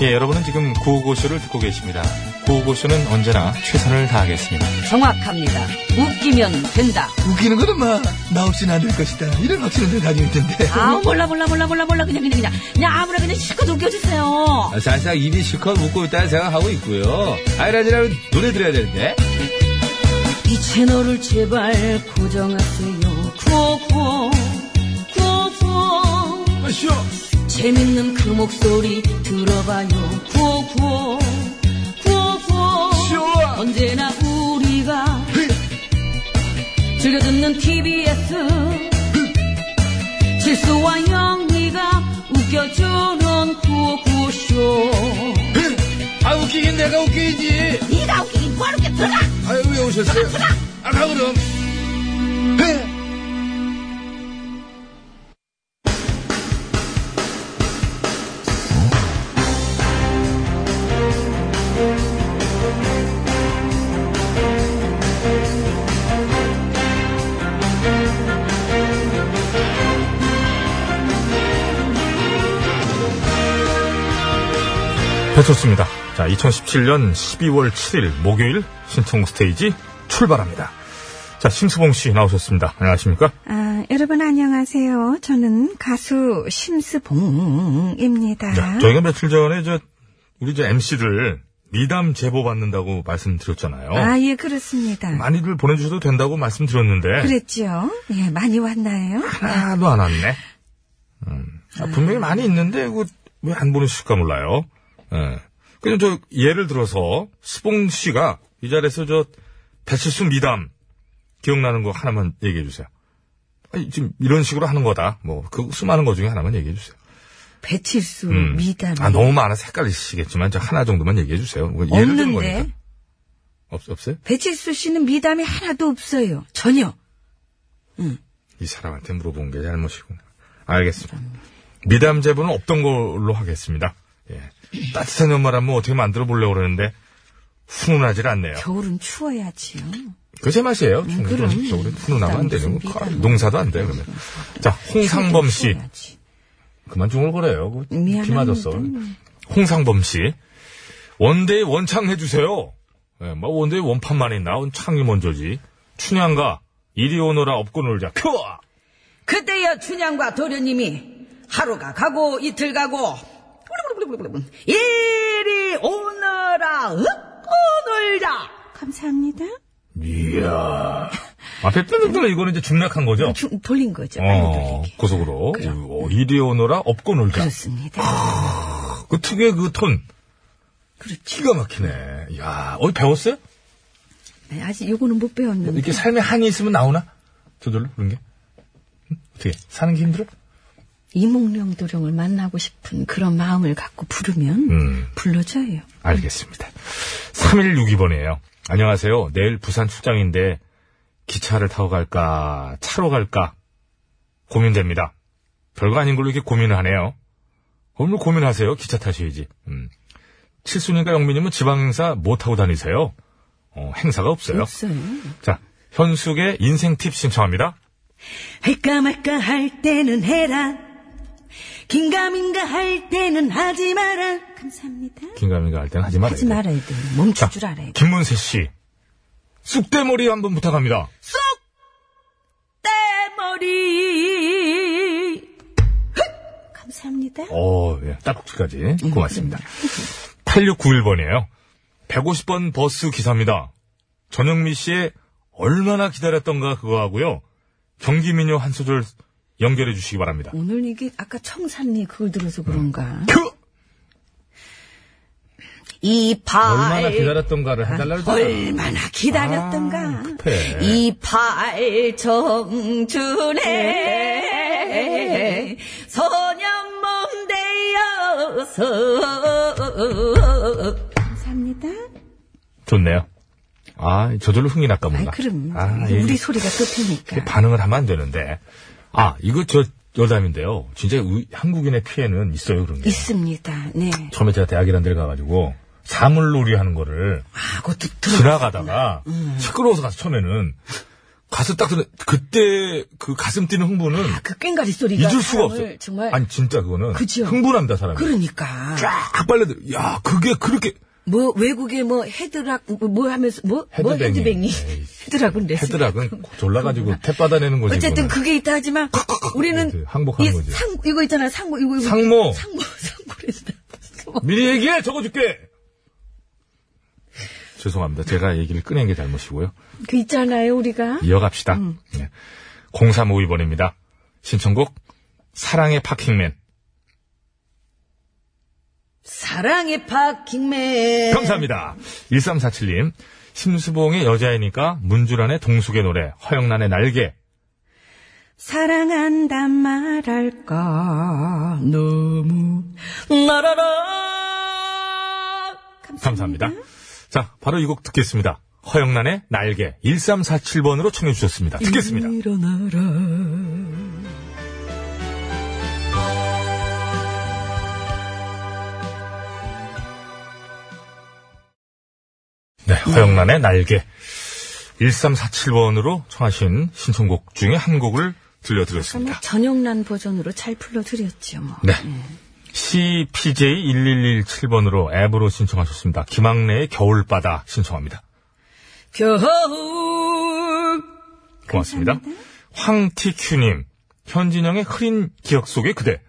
예, 여러분은 지금 구호고쇼를 듣고 계십니다. 구호고쇼는 언제나 최선을 다하겠습니다.
정확합니다. 웃기면 된다.
웃기는 거는 막, 나 없이는 안 될 것이다. 이런 확신을 가지고 있던데.
아 몰라, 몰라, 몰라, 몰라, 몰라. 그냥, 그냥, 그냥. 그냥 아무나 그냥 실컷 웃겨주세요.
사실상 아, 입이 실컷 웃고 있다는 생각하고 있고요. 아이라지라면 노래 들어야 되는데.
이 채널을 제발 고정하세요. 구호구호, 구호구호. 재밌는 그 목소리 들어봐요. 구호구호, 구호구호. 언제나 우리가 즐겨듣는 TBS. 실수와 영리가 웃겨주는 구호구호쇼.
아, 웃기긴 내가 웃기지.
네가 웃기긴 바로 웃겨 들어가!
아유, 왜 오셨어요? 아, 가, 그럼.
네.
배쳤습니다. 자, 2017년 12월 7일 목요일 신청 스테이지 출발합니다. 자, 심수봉 씨 나오셨습니다. 안녕하십니까?
아, 여러분 안녕하세요. 저는 가수 심스봉입니다.
자, 저희가 며칠 전에 저 우리 저 MC를 미담 제보 받는다고 말씀드렸잖아요.
아, 예, 그렇습니다.
많이들 보내주셔도 된다고 말씀드렸는데
그랬죠? 예, 많이 왔나요?
아, 하나도 안 왔네. 음, 아, 분명히 많이 있는데 이거 왜 안 보내실까 몰라요. 예. 그냥 저 예를 들어서 수봉 씨가 이 자리에서 저 배칠수 미담 기억나는 거 하나만 얘기해 주세요. 아니, 지금 이런 식으로 하는 거다. 뭐 그 수많은 거 중에 하나만 얘기해 주세요.
배칠수,
음.
미담.
아 너무 많아서 헷갈리시겠지만 저 하나 정도만 얘기해 주세요. 뭐 예를 드는 거니까.
없는데.
없 없어요?
배칠수 씨는 미담이 하나도 없어요. 전혀.
이 사람한테 물어본 게 잘못이구나. 알겠습니다. 미담 제보는 없던 걸로 하겠습니다. 예. 따뜻한 연말 한번 어떻게 만들어 보려고 그러는데 훈훈하질 않네요.
겨울은 추워야지요.
그 제 맛이에요.
음, 그럼.
전적으로 훈훈하면 안 되는 거.
미담,
아,
미담.
농사도 안 돼요, 그러면. 자, 홍상범 씨.
추워야지.
그만 중얼거려요. 그거 비
미안합니다.
맞았어. 홍상범 씨. 원대의 원창 해주세요. 예, 뭐 원대의 원판만 있나? 원창이 먼저지. 춘향가. 이리 오너라 업고 놀자. 큐어!
그때여 춘향과 도련님이 하루가 가고 이틀 가고 이리 오너라 윽고 놀자
감사합니다.
이야. 앞에 뜨는뜨는 아, 이거는 이제 중략한 거죠?
좀 돌린 네, 거죠. 그
어, 고속으로. 어, 이리 오너라 업고 놀자.
그렇습니다.
그 특유의 그 톤.
그렇죠.
기가 막히네. 이야, 어디 배웠어요?
네, 아직 요거는 못 배웠는데.
이렇게 삶에 한이 있으면 나오나? 저절로 그런 게? 응? 어떻게? 사는 게 힘들어?
이몽룡 도령을 만나고 싶은 그런 마음을 갖고 부르면
음.
불러줘요.
알겠습니다. 3162번이에요. 안녕하세요. 내일 부산 출장인데 기차를 타고 갈까 차로 갈까 고민됩니다. 별거 아닌 걸로 이렇게 고민을 하네요. 오늘 고민하세요. 기차 타셔야지. 음. 칠순이가 영민님은 지방 행사 못 하고 다니세요. 어, 행사가 없어요.
없어요.
자, 현숙의 인생 팁 신청합니다.
할까 말까 할 때는 해라 긴가민가 할 때는 하지 마라
감사합니다.
긴가민가 할 때는 하지 말아요.
하지 말아야 돼. 멈출 줄 알아야 돼.
김문세 씨. 쑥대머리 한번 부탁합니다.
머리
감사합니다.
어, 예. 딸꾹질까지. 고맙습니다. 8691번이에요. 150번 버스 기사입니다. 전영미 씨의 얼마나 기다렸던가 그거 하고요. 경기민요 한 소절 연결해 주시기 바랍니다.
오늘 이게 아까 청산리 그걸 들어서 그런가.
아,
얼마나
예.
이발
기다렸던가를 해달라고
얼마나 기다렸던가
급해.
이팔 청춘에 소년 몸 되어서
감사합니다.
좋네요. 아, 저절로 흥이 날까 뭔가.
그럼
아, 예.
우리 소리가
그
끝이니까.
반응을 하면 안 되는데. 아, 이거 저 여담인데요. 진짜 우- 한국인의 피해는 있어요, 그런 게.
있습니다. 네.
처음에 제가 대학이란 데를 가가지고 사물놀이 하는 거를
아,
그 지나가다가
음.
시끄러워서 가서 처음에는 가서 딱 들은 그때 그 가슴 뛰는 흥분은
그 꽹가리 소리가.
잊을 수가
사람을
없어요.
정말.
아니 진짜 그거는
그죠?
흥분합니다 사람이.
그러니까.
쫙 빨려들. 야 그게 그렇게
뭐 외국에 뭐 헤드락 뭐, 뭐 하면서 뭐 헤드뱅이. 뭐
헤드뱅이.
헤드뱅이. 헤드락은 레슨.
헤드락은 졸라가지고 탭 받아내는 거지.
어쨌든
그거는.
그게 있다 하지만
그
우리는
항복하는
이
거지.
상 이거 있잖아 상고 이거 이거.
상모.
상고 상고래서
미리 얘기해 적어줄게. 죄송합니다. 제가 얘기를 꺼낸 게 잘못이고요.
그 있잖아요, 우리가.
이어갑시다.
음.
0352번입니다. 신청곡 사랑의 파킹맨.
사랑의
네.
파킹맨
감사합니다. 1347님. 심수봉의 여자애니까 문주란의 동숙의 노래, 허영란의 날개.
사랑한다 말할까. 너무.
나라라
감사합니다. 자, 바로 이 곡 듣겠습니다. 허영란의 날개. 1347번으로 청해주셨습니다. 듣겠습니다.
일어나라.
네, 허영란의 날개. 1347번으로 청하신 신청곡 중에 한 곡을
정말
들려드렸습니다.
전용란 버전으로 잘 불러드렸죠, 뭐.
네. CPJ1117번으로 앱으로 신청하셨습니다. 김학래의 겨울바다 신청합니다.
겨우
고맙습니다. 황티큐님, 현진영의 흐린 기억 속의 그대.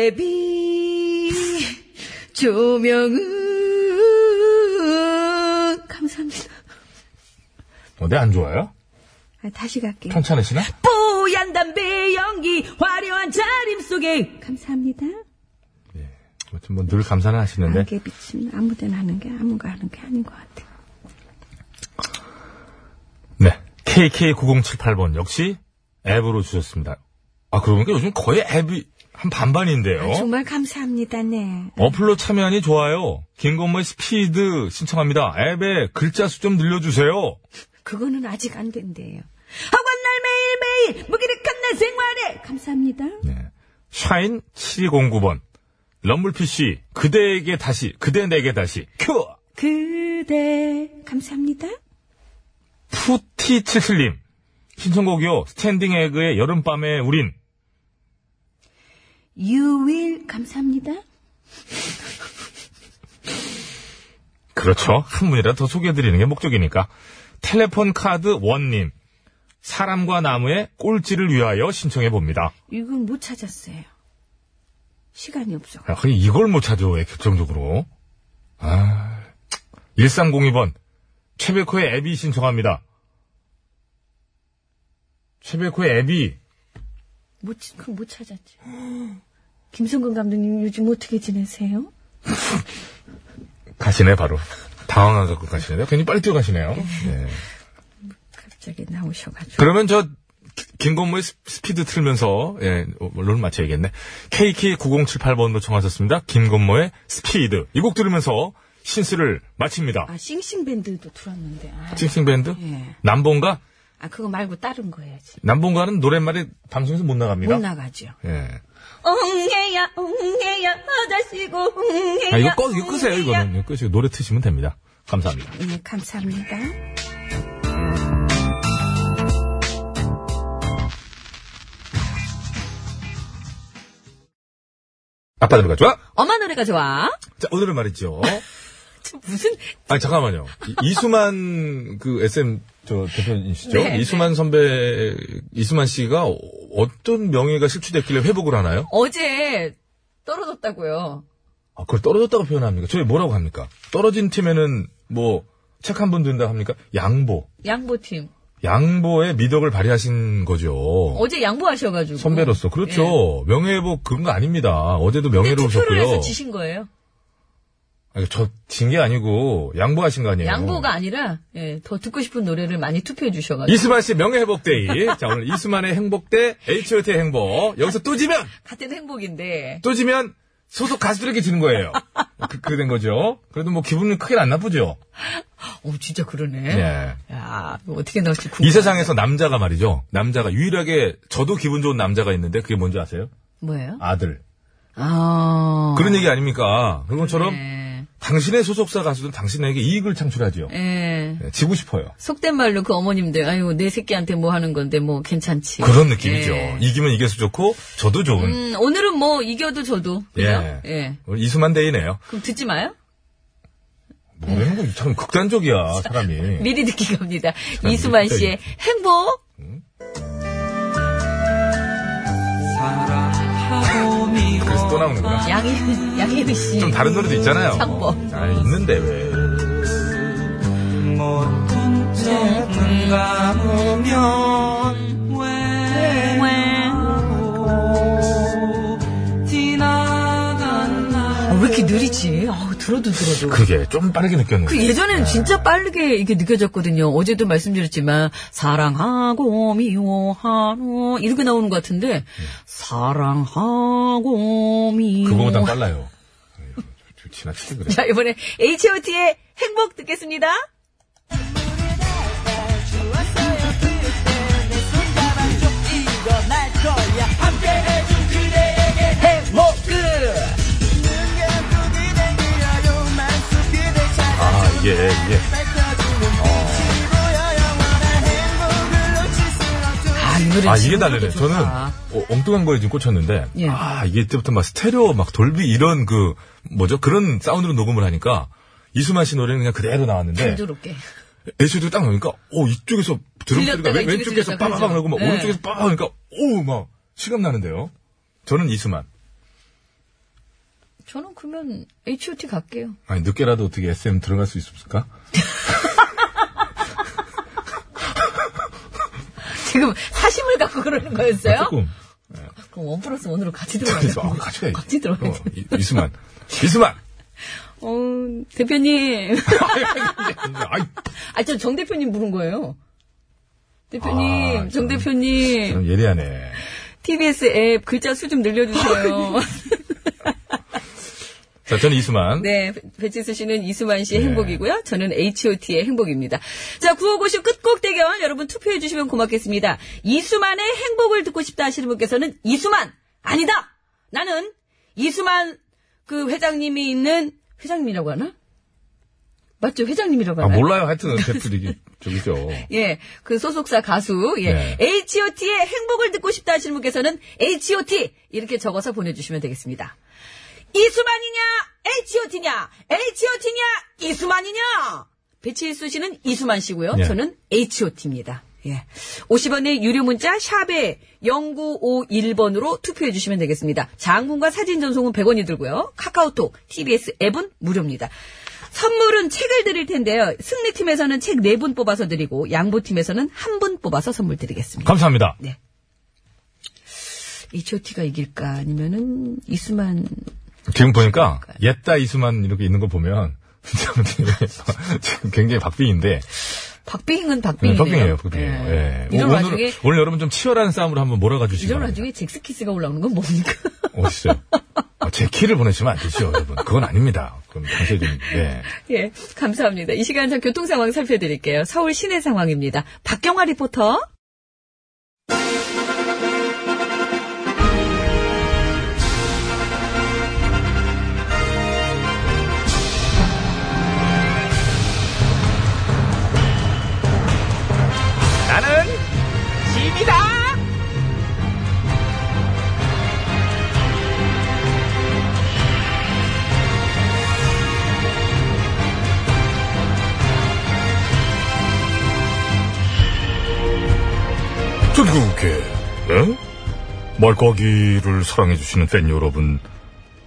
안개비 조명은
감사합니다.
어, 내 안 좋아요?
아, 다시 갈게요.
편찮으시나?
뽀얀 담배
이 화려한 차림 속에
감사합니다.
네.
아무튼 뭐 늘 감사는 하시는데.
안개 비치면 아무데나 하는 게 아무가 하는 게 아닌 것 같아.
네. KK9078번 역시 앱으로 주셨습니다. 아, 그러고 보니까 요즘 거의 앱이 한 반반인데요.
어?
아, 정말 감사합니다. 네.
어플로 참여하니 좋아요. 김건모의 스피드 신청합니다. 앱에 글자 수 좀 늘려주세요.
그거는 아직 안 된대요.
학원 날 매일매일 무기력한 내 생활에
감사합니다.
네.
샤인 7209번. 럼블피씨, 그대에게 다시, 그대 내게 다시. 큐!
그대 감사합니다.
푸티77님. 신청곡이요. 스탠딩 에그의 여름밤에 우린.
You will 감사합니다.
그렇죠. 한 분이라 더 소개해드리는 게 목적이니까. 텔레폰 카드 원님. 사람과 나무의 꼴찌를 위하여 신청해봅니다.
이건 못 찾았어요. 시간이 없어.
야, 거의 아, 이걸 못 찾아, 왜, 결정적으로. 아. 1302번. 최백호의 앱이 신청합니다. 최백호의 앱이.
못, 찾- 그거 못 찾았지. 김성근 감독님 요즘 어떻게 지내세요?
가시네, 바로. 당황하고 가시네요. 괜히 빨리 뛰어가시네요. 네.
갑자기 나오셔가지고.
그러면 저, 기- 김건모의 스- 스피드 틀면서, 예, 어, 물론 맞춰야겠네. KK9078번으로 청하셨습니다. 김건모의 스피드. 이 곡 들으면서 신스를 마칩니다.
아, 싱싱밴드도 들었는데. 아,
찡싱밴드?
예.
남봉가?
아, 그거 말고 다른 거 해야지.
남봉가는 노랫말이 방송에서 못 나갑니다.
못 나가죠.
예.
옹해야 옹해야 아저씨고 옹해야
아, 이거 꺼, 이거 끄세요, 이거는. 이거 끄시고 노래 트시면 됩니다. 감사합니다.
예, 감사합니다.
아빠 노래가 좋아?
엄마 노래가 좋아.
자, 오늘은 말이죠.
무슨
아니, 잠깐만요. 이- 이수만, 그, SM, 저, 대표님이시죠?
네.
이수만 선배, 이수만 씨가 어- 어떤 명예가 실추됐길래 회복을 하나요?
어제 떨어졌다고요.
아, 그걸 떨어졌다고 표현합니까? 저희 뭐라고 합니까? 떨어진 팀에는 뭐, 책 한 번 든다 합니까? 양보.
양보팀.
양보의 미덕을 발휘하신 거죠.
어제 양보하셔가지고.
선배로서. 그렇죠. 명예회복 그런 거 아닙니다. 어제도
근데 네. 투표를 해서
명예로우셨고요.
지신 거예요.
아니, 저, 진 게 아니고, 양보하신 거 아니에요?
양보가 아니라 예, 더 듣고 싶은 노래를 많이 투표해 주셔가지고.
이수만 씨 명예회복데이. 자, 오늘 이수만의 행복대, H.O.T.의 행복. 여기서 또 지면!
같은 행복인데.
또 지면 소속 가수들에게 지는 거예요. 그, 그게 된 거죠. 그래도 뭐 기분은 크게 안 나쁘죠.
오, 어, 진짜 그러네.
예.
야, 이거 어떻게 나올지 궁금.
이 세상에서 남자가 말이죠. 남자가 유일하게 저도 기분 좋은 남자가 있는데 그게 뭔지 아세요?
뭐예요?
아들.
아.
그런 얘기 아닙니까? 그런 것처럼
네.
당신의 소속사 가수는 당신에게 이익을 창출하지요.
예.
예, 지고 싶어요.
속된 말로 그 어머님들, 아유, 내 새끼한테 뭐 하는 건데, 뭐, 괜찮지.
그런 느낌이죠.
예.
이기면 이겨서 좋고 저도 좋은.
음, 오늘은 뭐, 이겨도 저도. 그죠?
예.
예.
오늘 이수만 데이네요.
그럼 듣지 마요?
모르는 거참 극단적이야 사람이.
미리 듣기 갑니다.
참,
이수만
진짜
씨의 행복.
사랑하고 미워
그래서 또 나오는 거야.
양희, 양희리 씨.
좀 다른 노래도 있잖아요.
창법.
아 있는데 왜?
문제가 오면 외고 지나간 날
아, 왜 이렇게 느리지? 아, 들어도 들어도.
그게 좀 빠르게 느꼈는데.
그 예전에는 진짜 빠르게 이게 느껴졌거든요. 어제도 말씀드렸지만 사랑하고 미워하노 이렇게 나오는 것 같은데 사랑하고 미워.
그거보단 빨라요. 아이고, 좀 지나치게 그래.
자 이번에 H.O.T.의 행복 듣겠습니다.
일어날 거야 함께 해준 그대에게 행복을
아 이게 이게.
아, 이 노래
아 이게
지금도
다르네. 저는
좋다.
어, 엉뚱한 거에 지금 꽂혔는데
예.
아 이게 때부터 막 스테레오 막 돌비 이런 그 뭐죠 그런 사운드로 녹음을 하니까 이수만 씨 노래는 그냥 그대로
네.
나왔는데
단조롭게.
애초에 딱 나오니까 오 이쪽에서 들은
들렸다가
소리가 왼-
이쪽에서
왼쪽에서
들렸다,
빠바박
그죠?
나고 막
네.
오른쪽에서 빠바박 하니까 오막 실감 나는데요. 저는 이수만.
저는 그러면 H.O.T. 갈게요.
아니 늦게라도 어떻게 SM 들어갈 수 있을까?
지금 사심을 갖고 그러는 거였어요?
아, 조금.
그럼 원 플러스 원으로 같이 들어가야
그래서 아, 같이 가야지.
같이 들어가야 돼.
어, 이- 이수만. 이수만!
어, 대표님.
아이.
아, 저 정 대표님 부른 거예요. 대표님,
아,
정 대표님,
참 예리하네.
TBS 앱 글자 수 좀 늘려주세요.
자, 저는 이수만.
네, 배- 배치수 씨는 이수만 씨의
네.
행복이고요. 저는 HOT의 행복입니다. 자, 9559 끝곡 대결 여러분 투표해 주시면 고맙겠습니다. 이수만의 행복을 듣고 싶다 하시는 분께서는 이수만 아니다. 나는 이수만 그 회장님이 있는 회장님이라고 하나? 맞죠? 회장님이라고
아,
하나?
몰라요. 하여튼, 대표들이 저기죠.
예, 그 소속사 가수, 예.
네.
HOT의 행복을 듣고 싶다 하시는 분께서는 HOT! 이렇게 적어서 보내주시면 되겠습니다. 이수만이냐, HOT냐, HOT냐, 이수만이냐! 배치수 씨는 이수만 씨고요.
예.
저는 HOT입니다. 예. 50원의 유료 문자 샵에 0951번으로 투표해 주시면 되겠습니다. 장문과 사진 전송은 100원이 들고요. 카카오톡, TBS 앱은 무료입니다. 선물은 책을 드릴 텐데요. 승리팀에서는 책 4분 뽑아서 드리고 양보팀에서는 한 분 뽑아서 선물 드리겠습니다.
감사합니다.
네. HOT가 이길까 아니면은 이수만
지금 보니까, 옛다 이수만 이렇게 있는 거 보면, 지금 굉장히 박빙인데,
박빙은
네,
박빙이네요.
박빙이에요, 박빙이에요. 예. 네.
이런
오늘,
와중에-
오늘 여러분 좀 치열한 싸움으로 한번 몰아가 주시기
이런
바랍니다.
와중에 잭스키스가 올라오는 건 뭡니까?
어딨어요? 아, 제 키를 보내시면 안 되죠, 여러분. 그건 아닙니다. 그럼 당시에 좀, 예.
예, 감사합니다. 이 시간 저 교통 상황 살펴드릴게요. 서울 시내 상황입니다. 박경화 리포터.
나는 짐이다.
전국의 예? 말까기를 사랑해주시는 팬 여러분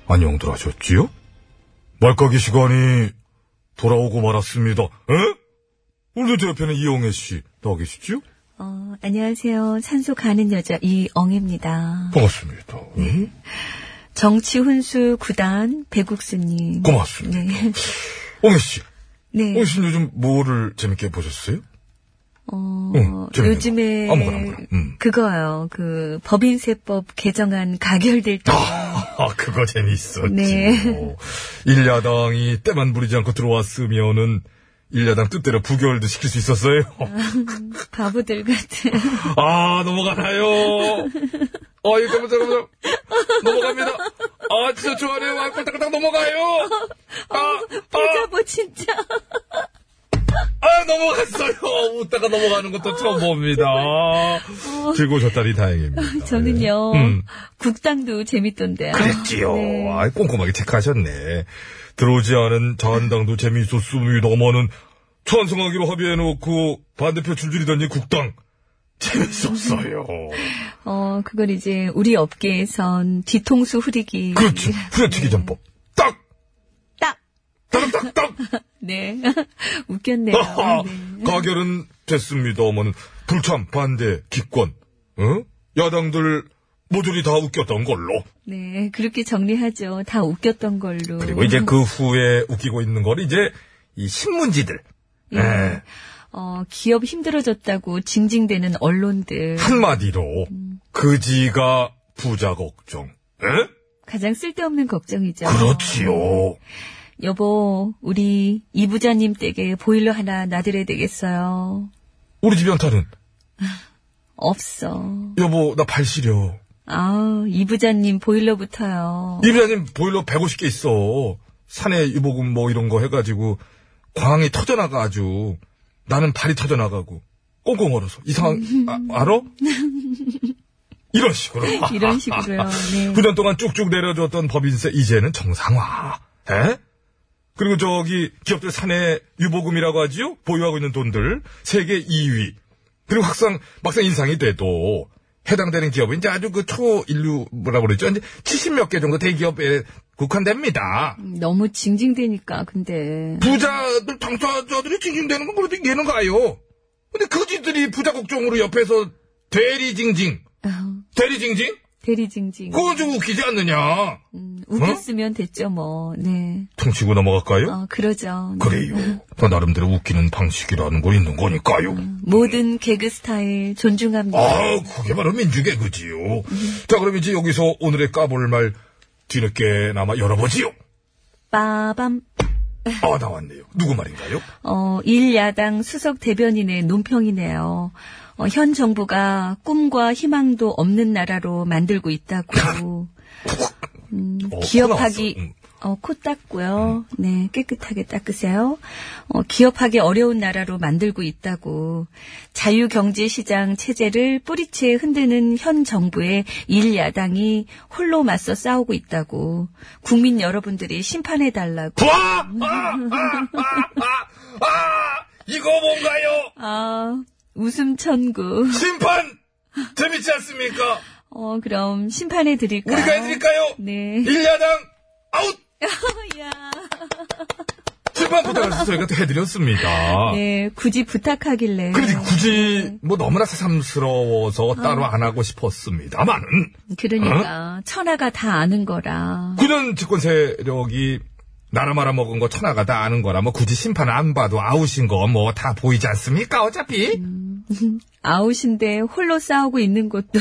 안녕들 하셨지요? 말까기 시간이 돌아오고 말았습니다. 예? 오늘 제 옆에는 이영애 씨 나와 계시지요?
어, 안녕하세요. 산소 가는 여자 이엉입니다.
반갑습니다. 예?
정치 훈수 구단 배국수님.
고맙습니다.
네.
옹애 씨.
네.
옹애 씨는 요즘 뭐를 재밌게 보셨어요?
어,
응, 재밌는
요즘에
거. 아무거나 아무거나. 음.
그거요. 그 법인세법 개정안 가결될 때.
아, 그거 재밌었지. 뭐.
네.
일야당이 때만 부리지 않고 들어왔으면은 일야당 뜻대로 부결도 시킬 수 있었어요.
아, 바보들 같은.
아, 넘어가나요? 어, 이거 잠깐만, 잠깐만. 넘어갑니다. 아, 진짜 좋아해요. 아, 딱딱 넘어가요. 아,
보자, 보, 어, 진짜.
아, 넘어갔어요. 웃다가 넘어가는 것도 처음 봅니다.
어.
즐거우셨다니 다행입니다.
저는요,
음.
국당도 재밌던데요.
그랬지요.
네.
아, 꼼꼼하게 체크하셨네. 들어오지 않은 자한당도 재미있었습니다. 어머는 찬성하기로 합의해놓고 반대표 줄줄이더니 국당 재밌었어요.
어, 그걸 이제 우리 업계에선 뒤통수 후리기.
그렇지. 후려치기 전법.
네. 웃겼네요.
아하, 가결은 됐습니다. 어머는 불참 반대 기권. 응? 야당들 모조리 다 웃겼던 걸로.
네, 그렇게 정리하죠. 다 웃겼던 걸로.
그리고 이제 그 후에 웃기고 있는 걸 이제 이 신문지들.
예.
예.
어, 기업 힘들어졌다고 징징대는 언론들.
한마디로 그지가 부자 걱정. 예?
가장 쓸데없는 걱정이죠.
그렇지요.
여보, 우리 이 부자님 댁에 보일러 하나 놔드려야 되겠어요.
우리 집 연탄은
없어.
여보 나 발 시려.
아우, 이 부자님 보일러부터요.
이부자님 보일러 150개 있어. 산에 유보금 뭐 이런 거 해가지고 광이 터져나가 아주 나는 발이 터져나가고 꽁꽁 얼어서 이상한 아, 알아? 이런 식으로
이런 식으로요. 네.
9년 동안 쭉쭉 내려줬던 법인세 이제는 정상화. 에? 그리고 저기 기업들 사내 유보금이라고 하지요? 보유하고 있는 돈들 세계 2위. 그리고 막상 막상 인상이 돼도 해당되는 기업은 이제 아주 그 초인류 뭐라 그러죠? 이제 70몇 개 정도 대기업에 국한됩니다.
네.
너무 징징대니까, 근데.
부자들 당사자들이 징징대는 건 그래도 얘는 가요. 그 근데 그지들이 부자 걱정으로 옆에서 대리징징. 대리징징?
대리징징.
그건 좀 웃기지 않느냐?
웃겼으면 됐죠, 뭐. 네.
퉁치고 넘어갈까요?
어, 그러죠. 네.
그래요. 그 나름대로 웃기는 방식이라는 거 있는 거니까요.
음. 모든 개그 스타일 존중합니다.
아, 그게 바로 민주개그지요. 자, 그럼 이제 여기서 오늘의 까볼 말 뒤늦게나마 열어보지요.
빠밤.
아, 나왔네요. 누구 말인가요?
어, 일야당 수석 대변인의 논평이네요. 어, 현 정부가 꿈과 희망도 없는 나라로 만들고 있다고. 음,
어,
기업하기, 어, 코 닦고요. 네, 깨끗하게 닦으세요. 어, 기업하기 어려운 나라로 만들고 있다고. 자유경제시장 체제를 뿌리째 흔드는 현 정부의 일야당이 홀로 맞서 싸우고 있다고. 국민 여러분들이 심판해달라고.
아, 아. 이거 뭔가요?
아, 웃음 천국.
심판! 재밌지 않습니까?
어, 그럼 심판해 드릴까요?
우리가 해드릴까요?
네.
일야당 아웃! 출판 부탁해서 저희가 또 해드렸습니다.
네, 굳이 부탁하길래.
그런데 굳이 뭐 너무나
어.
새삼스러워서 따로 안 하고 싶었습니다만은
그러니까 천하가 다 아는 거라.
그런 집권 세력이 나라 말아먹은 거 천하가 다 아는 거라 뭐 굳이 심판 안 봐도 아웃인 거 뭐 다 보이지 않습니까 어차피
음. 아웃인데 홀로 싸우고 있는 것도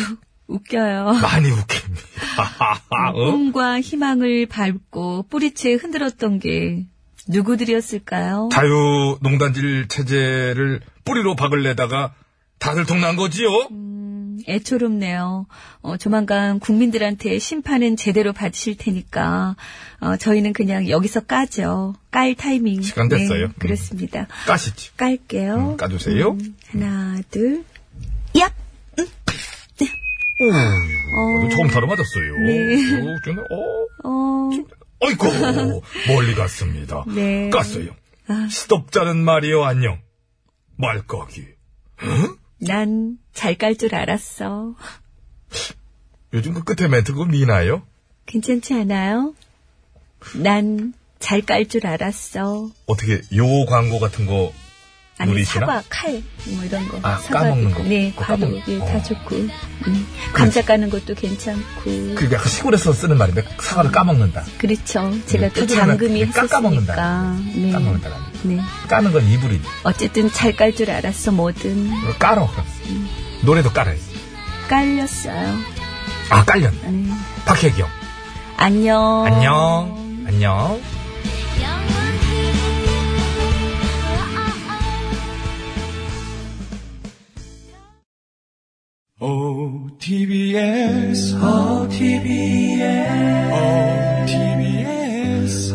웃겨요.
많이 웃깁니다. 어?
꿈과 희망을 밟고 뿌리채 흔들었던 게 누구들이었을까요?
자유농단질 체제를 뿌리로 박을 내다가 다들 통난 거지요?
음. 애초롭네요. 어, 조만간 국민들한테 심판은 제대로 받으실 테니까 어, 저희는 그냥 여기서 까죠. 깔 타이밍.
시간 됐어요.
네, 그렇습니다.
까시죠.
깔게요.
음, 까주세요.
하나, 둘, 얍!
오, 그 처음 타러 맞았어요.
네.
오, 저는, 어,
어,
아이고, 멀리 갔습니다.
네.
갔어요. 스톱자는 말이요, 안녕. 말까기.
난 잘 깔 줄 알았어.
요즘 그 끝에 멘트 그거 미나요?
괜찮지 않아요? 난 잘 깔 줄 알았어.
어떻게, 요 광고 같은 거
아니
누리시나?
사과, 칼, 뭐 이런 거.
아,
사과
까먹는
있고,
거.
네,
그거
과일,
까먹는
예,
거. 어.
다 좋고. 음, 감자 까는 것도 괜찮고.
그 약간 시골에서 쓰는 말인데, 사과를 까먹는다.
그렇죠. 제가
네,
또
터지면
잠금이
깎아
했었으니까. 네.
까먹는다.
네.
까는 건 입으로.
어쨌든 잘 깔 줄 알았어, 뭐든.
이거 깔어.
음.
노래도 깔아요.
깔렸어요.
아, 깔렸네. 박혜경.
안녕. 어.
안녕. 안녕.
OTBS, OTBS,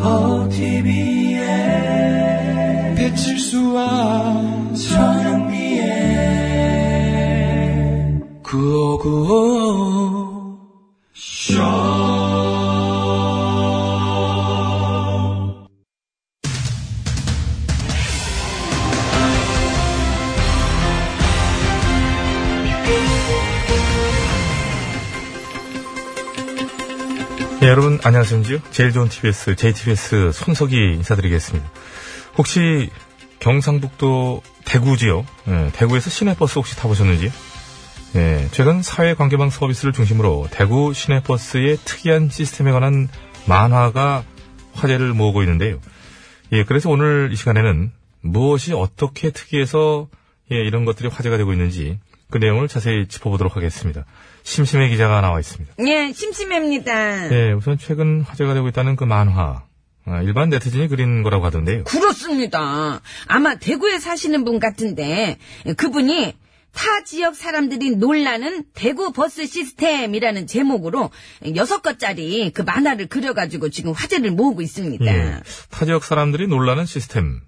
OTBS, OTBS. 배칠수와 전영미의 9595 쇼.
네, 여러분 안녕하십니까? 제일 좋은 TBS, JTBS 손석희 인사드리겠습니다. 혹시 경상북도 대구 지역, 예, 대구에서 시내버스 혹시 타보셨는지? 예, 최근 사회관계망 서비스를 중심으로 대구 시내버스의 특이한 시스템에 관한 만화가 화제를 모으고 있는데요. 예, 그래서 오늘 이 시간에는 무엇이 어떻게 특이해서 예, 이런 것들이 화제가 되고 있는지 그 내용을 자세히 짚어보도록 하겠습니다. 심심해 기자가 나와 있습니다.
예, 심심합니다.
예, 우선 최근 화제가 되고 있다는 그 만화. 아, 일반 네티즌이 그린 거라고 하던데요.
그렇습니다. 아마 대구에 사시는 분 같은데 그분이 타 지역 사람들이 놀라는 대구 버스 시스템이라는 제목으로 여섯 것짜리 그 만화를 그려가지고 지금 화제를 모으고 있습니다.
예. 타 지역 사람들이 놀라는 시스템.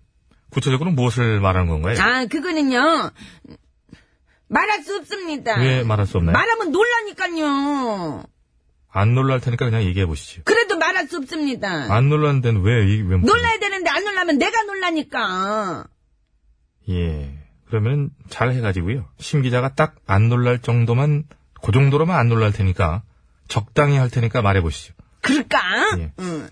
구체적으로 무엇을 말하는 건가요?
아, 그거는요. 말할 수 없습니다.
왜 말할 수 없나요?
말하면 놀라니까요.
안 놀랄 테니까 그냥 얘기해 보시죠.
그래도 말할 수 없습니다.
안 놀라는 데는 왜, 이, 왜, 뭐-
놀라야 되는데 안 놀라면 내가 놀라니까.
예. 그러면 잘 해가지고요. 심 기자가 딱 안 놀랄 정도만, 그 정도로만 안 놀랄 테니까, 적당히 할 테니까 말해 보시죠.
그럴까?
예.
음,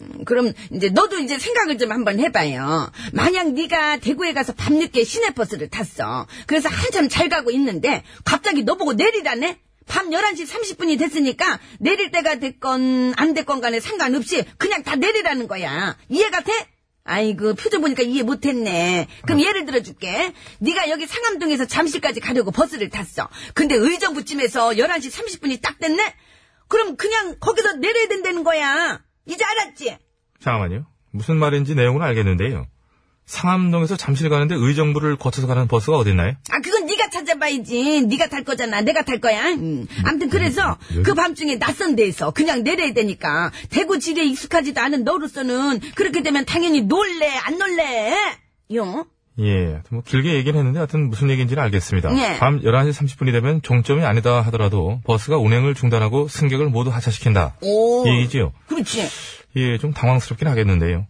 음, 그럼 이제 너도 이제 생각을 좀 한번 해봐요. 만약 네가 대구에 가서 밤늦게 시내버스를 탔어. 그래서 한참 잘 가고 있는데 갑자기 너 보고 내리라네?
밤 11시 30분이 됐으니까 내릴 때가 됐건 안 됐건 간에 상관없이 그냥 다 내리라는 거야. 이해가 돼? 아이고 표정 보니까 이해 못했네. 그럼 예를 들어줄게. 네가 여기 상암동에서 잠실까지 가려고 버스를 탔어. 근데 의정부쯤에서 11시 30분이 딱 됐네? 그럼 그냥 거기서 내려야 된다는 거야. 이제 알았지?
잠깐만요. 무슨 말인지 내용은 알겠는데요. 상암동에서 잠실 가는데 의정부를 거쳐서 가는 버스가 어딨나요?
아 그건 네가 찾아봐야지. 네가 탈 거잖아. 내가 탈 거야. 음. 아무튼 그래서 그 밤중에 낯선 데에서 그냥 내려야 되니까 대구 지리에 익숙하지도 않은 너로서는 그렇게 되면 당연히 놀래 안 놀래? 요?
예, 하여튼 뭐 길게 얘기는 했는데 하여튼 무슨 얘기인지는 알겠습니다.
예.
밤 11시 30분이 되면 종점이 아니다 하더라도 버스가 운행을 중단하고 승객을 모두 하차시킨다.
오.
이 얘기지요.
그렇지.
예, 좀 당황스럽긴 하겠는데요.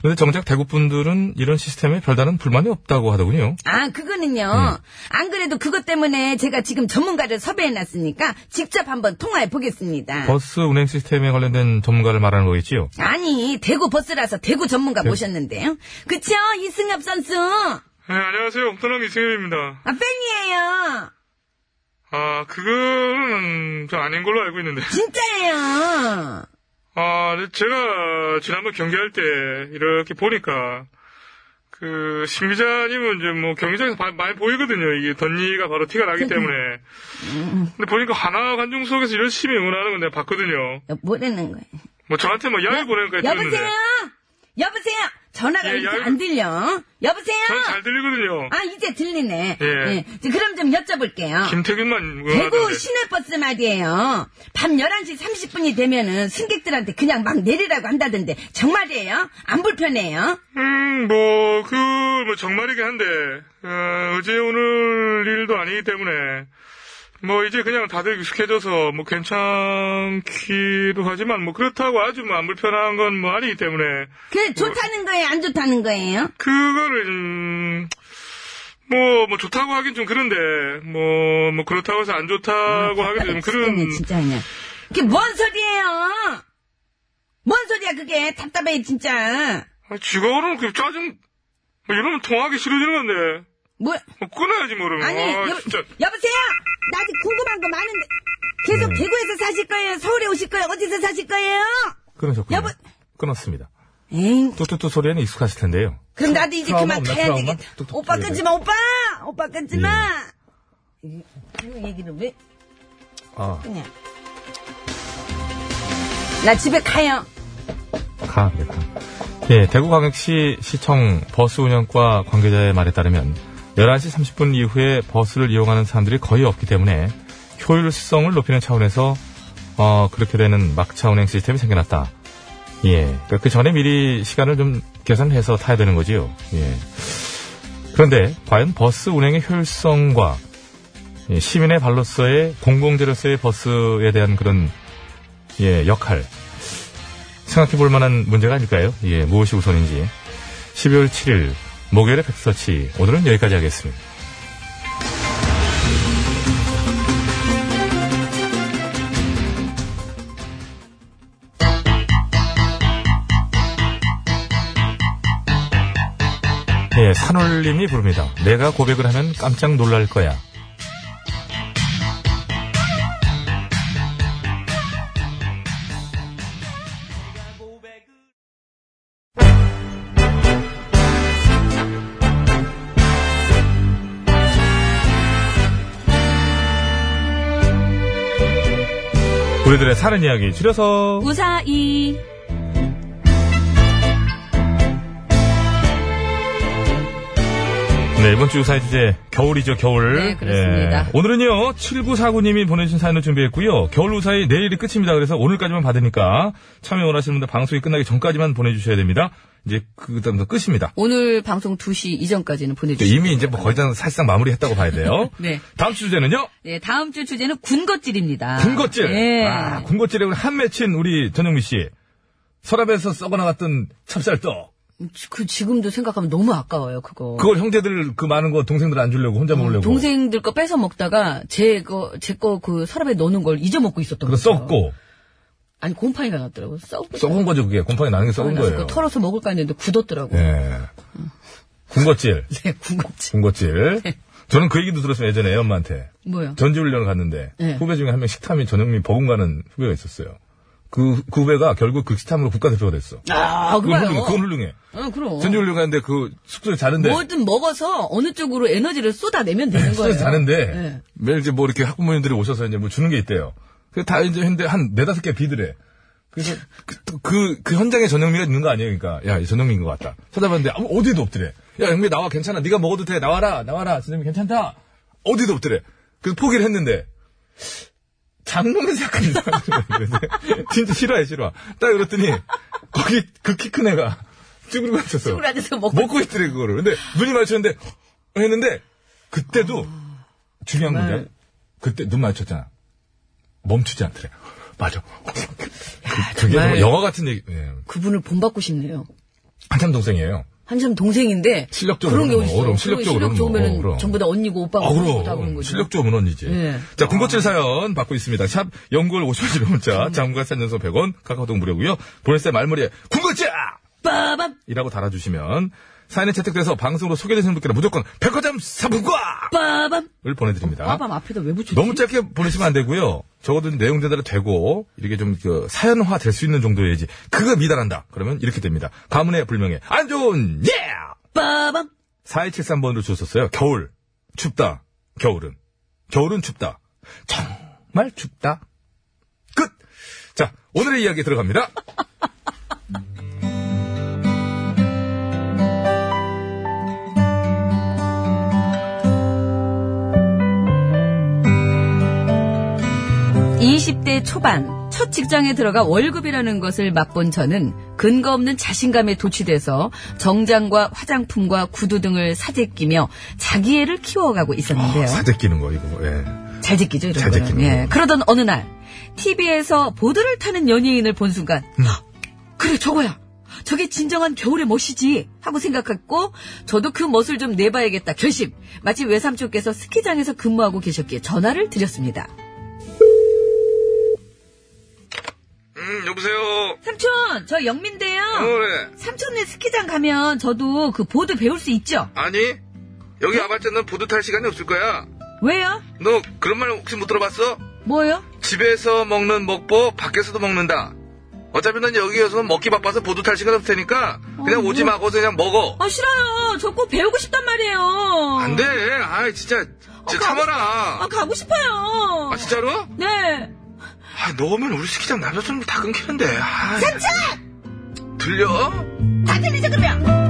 그런데 정작 대구 분들은 이런 시스템에 별다른 불만이 없다고 하더군요.
아, 그거는요. 안 그래도 그것 때문에 제가 지금 전문가를 섭외해놨으니까 직접 한번 통화해 보겠습니다.
버스 운행 시스템에 관련된 전문가를 말하는 거겠지요.
아니, 대구 버스라서 대구 전문가
네.
모셨는데요. 그쵸? 이승엽 선수.
네, 안녕하세요. 옥도남 이승엽입니다.
아, 팬이에요.
아, 그거는 저 아닌 걸로 알고 있는데.
진짜예요.
아, 근데 제가 지난번 경기할 때 이렇게 보니까 그 신기자님은 이제 뭐 경기장에서 바- 많이 보이거든요. 이게 던니가 바로 티가 나기 때문에. 근데 보니까 하나 관중 속에서 열심히 응원하는 건 내가 봤거든요.
뭐라는 거야?
뭐 저한테 뭐 야유 보내는 거까지
여보세요?
들었는데.
여보세요? 전화가
예,
이렇게
야-
안 들려. 여보세요?
전 잘 들리거든요.
아, 이제 들리네.
예.
이제 그럼 좀
아,
여쭤볼게요.
김태균만
대구
응원하던데.
시내버스 말이에요. 밤 11시 30분이 되면은 승객들한테 그냥 막 내리라고 한다던데 정말이에요? 안 불편해요?
음, 뭐, 그, 뭐, 정말이긴 한데, 어, 제 오늘 일도 아니기 때문에, 뭐, 이제 그냥 다들 익숙해져서, 뭐, 괜찮기도 하지만, 뭐, 그렇다고 아주 뭐, 안 불편한 건 뭐, 아니기 때문에,
그 좋다는 거예요? 안 좋다는 거예요?
그거를, 음, 뭐, 뭐, 좋다고 하긴 좀 그런데, 뭐, 뭐, 그렇다고 해서 안
음,
좋다고 하긴 좀 그런,
아, 그게 뭔 소리예요? 뭔 소리야 그게 답답해 진짜.
아, 지가 그러면 그 짜증, 뭐 이러면 통화하기 싫어지는 건데.
뭐?
끊어야지, 뭐, 그러면.
아니
아,
여,
진짜.
보세요나 아직 궁금한 거 많은데
음.
계속 대구에서 사실 거예요? 서울에 오실 거예요? 어디서 사실 거예요?
끊으셨군요. 끊었습니다. 뚜뚜뚜 소리에는 익숙하실 텐데요.
그럼 나도 이제
트라우마
그만
없나,
가야
트라우마?
되겠다.
뚝뚝
오빠
뚝뚝 예.
끊지 마 오빠. 오빠 끊지 마. 이 이 얘기를 왜
아,
끊냐? 나 집에 가요.
가, 그래, 가. 예, 대구광역시 시청 버스 운영과 관계자의 말에 따르면 11시 30분 이후에 버스를 이용하는 사람들이 거의 없기 때문에 효율성을 높이는 차원에서 어, 그렇게 되는 막차 운행 시스템이 생겨났다. 예, 그러니까 그 전에 미리 시간을 좀 계산해서 타야 되는 거지요. 예. 그런데 과연 버스 운행의 효율성과 예, 시민의 발로서의 공공재로서의 버스에 대한 그런 예, 역할 생각해 볼 만한 문제가 아닐까요? 예, 무엇이 우선인지. 12월 7일 목요일의 백서치 오늘은 여기까지 하겠습니다. 예, 산울림이 부릅니다. 내가 고백을 하면 깜짝 놀랄 거야. 우리들의 사는 이야기 줄여서
우사이.
네, 이번 주 사회 주제 겨울이죠, 겨울.
네, 그렇습니다.
예. 오늘은요, 7949님이 보내주신 사연을 준비했고요. 겨울 우사히 내일이 끝입니다. 그래서 오늘까지만 받으니까 참여 원하시는 분들 방송이 끝나기 전까지만 보내주셔야 됩니다. 이제 그 다음부터 끝입니다.
오늘 방송 2시 이전까지는 보내주세요.
이미 이제 뭐 거의 다 사실상 마무리했다고 봐야 돼요.
네.
다음 주 주제는요?
네, 다음 주 주제는 군것질입니다.
군것질.
예.
아, 군것질에 우리 한 맺힌 우리 전영미 씨. 서랍에서 썩어나갔던 찹쌀떡.
그 지금도 생각하면 너무 아까워요, 그거.
그걸 형제들 그 많은 거 동생들 안 주려고 혼자 먹으려고.
어, 동생들 거 뺏어 먹다가 제 거, 제 거 그 서랍에 넣는 걸 잊어먹고 있었던
그거
거예요.
썩고.
아니, 곰팡이가 났더라고. 썩고.
썩은 거죠, 그게. 곰팡이 나는 게 썩은
나서
거예요.
그거 털어서 먹을까 했는데 굳었더라고.
예. 네. 군것질.
군것질.
군것질. 저는 그 얘기도 들었어요, 예전에 애 엄마한테.
뭐요?
전지훈련을 갔는데
네.
후배 중에 한 명 식탐이 전영민 버금가는 후배가 있었어요. 그, 그 후배가 결국 그 식탐으로 국가대표가 됐어.
아,
그건
그거요.
훌륭해. 그건 훌륭해.
어, 그럼.
전지훈련 갔는데 그 숙소에 자는데
뭐든 먹어서 어느 쪽으로 에너지를 쏟아내면
네.
되는 거예요.
숙소에 자는데
네.
매일 이제 뭐 이렇게 학부모님들이 오셔서 이제 뭐 주는 게 있대요. 그다 이제 했는데 한 네다섯 개 비드래. 그래서 그, 그, 그 현장에 전영미가 있는 거 아니에요? 그러니까 야이 전영미인 것 같다. 찾아봤는데 아무 어디도 없더래. 야 영미 나와 괜찮아. 네가 먹어도 돼. 나와라 나와라. 전영미 괜찮다. 어디도 없더래. 그래서 포기를 했는데 장롱에 약간 이상한 진짜 싫어해 싫어. 딱 그랬더니 거기 그 키 큰 애가 쭈그리고 앉았어.
쭈그리고 앉아서 먹고
있더래 그거를. 근데 눈이 마주쳤는데 했는데 그때도
아,
중요한 건데 그때 눈 마주쳤잖아. 멈추지 않더래. 맞아. 그, 그게
정말.
정말 영화 같은 얘기. 예.
그분을 본받고 싶네요.
한참 동생이에요.
한참 동생인데
실력적으로는
그런 게
뭐,
어딨어요.
그럼
실력
실력적으로는
좋으면
뭐, 그럼.
전부 다 언니고 오빠고
아,
어, 그러고 다 그런
그럼.
거죠.
실력적으로 문헌이지.
예.
자, 군것질 사연 받고 있습니다. 샵, 연구월 50원
음.
문자, 장과 산연서 100원, 카카오톡 무료고요 보냈을 때 말머리에, 군것질!
빠밤!
이라고 달아주시면, 사연에 채택돼서 방송으로 소개되시는 분께는 무조건 백화점 사품과!
빠밤!
을 보내드립니다.
빠밤 앞에다 왜 붙였지?
아? 너무 짧게 보내시면 안 되고요. 적어도 내용 전달이 되고 이렇게 좀 그 사연화 될 수 있는 정도여야지. 그거 미달한다. 그러면 이렇게 됩니다. 가문의 불명예 안 좋은 예.
빠밤.
4273번으로 주셨어요. 겨울 춥다. 겨울은 겨울은 춥다. 정말 춥다. 끝. 자 오늘의 이야기 들어갑니다.
음.
20대 초반 첫 직장에 들어가 월급이라는 것을 맛본 저는 근거 없는 자신감에 도취돼서 정장과 화장품과 구두 등을 사재끼며 자기애를 키워가고 있었는데요.
사재 끼는 거 이거. 예.
음,
잘 제끼죠 이런
아, 잘
거는.
제끼는
예.
거.
그러던 어느 날 TV에서 보드를 타는 연예인을 본 순간 "헉, 그래 저거야. 저게 진정한 겨울의 멋이지 하고 생각했고 저도 그 멋을 좀 내봐야겠다 결심. 마치 외삼촌께서 스키장에서 근무하고 계셨기에 전화를 드렸습니다.
음, 여보세요.
삼촌 저 영민데요.
어, 그래.
삼촌네 스키장 가면 저도 그 보드 배울 수 있죠?
아니, 여기 아발자는 보드 탈 시간이 없을 거야.
왜요?
너 그런 말 혹시 못 들어봤어?
뭐요?
집에서 먹는 먹보, 밖에서도 먹는다. 어차피 넌 여기에서 먹기 바빠서 보드 탈 시간 없을 테니까 그냥
어,
오지
뭐.
마고 그냥 먹어.
아 싫어요. 저 꼭 배우고 싶단 말이에요. 어,
안 돼. 아 진짜, 진짜 참아라.
아 가고 싶어요.
아, 진짜로?
네.
아, 너면 우리 스키장 남자처럼 다 끊기는데. 아,
삼촌!
들려?
다 들리죠 그러면?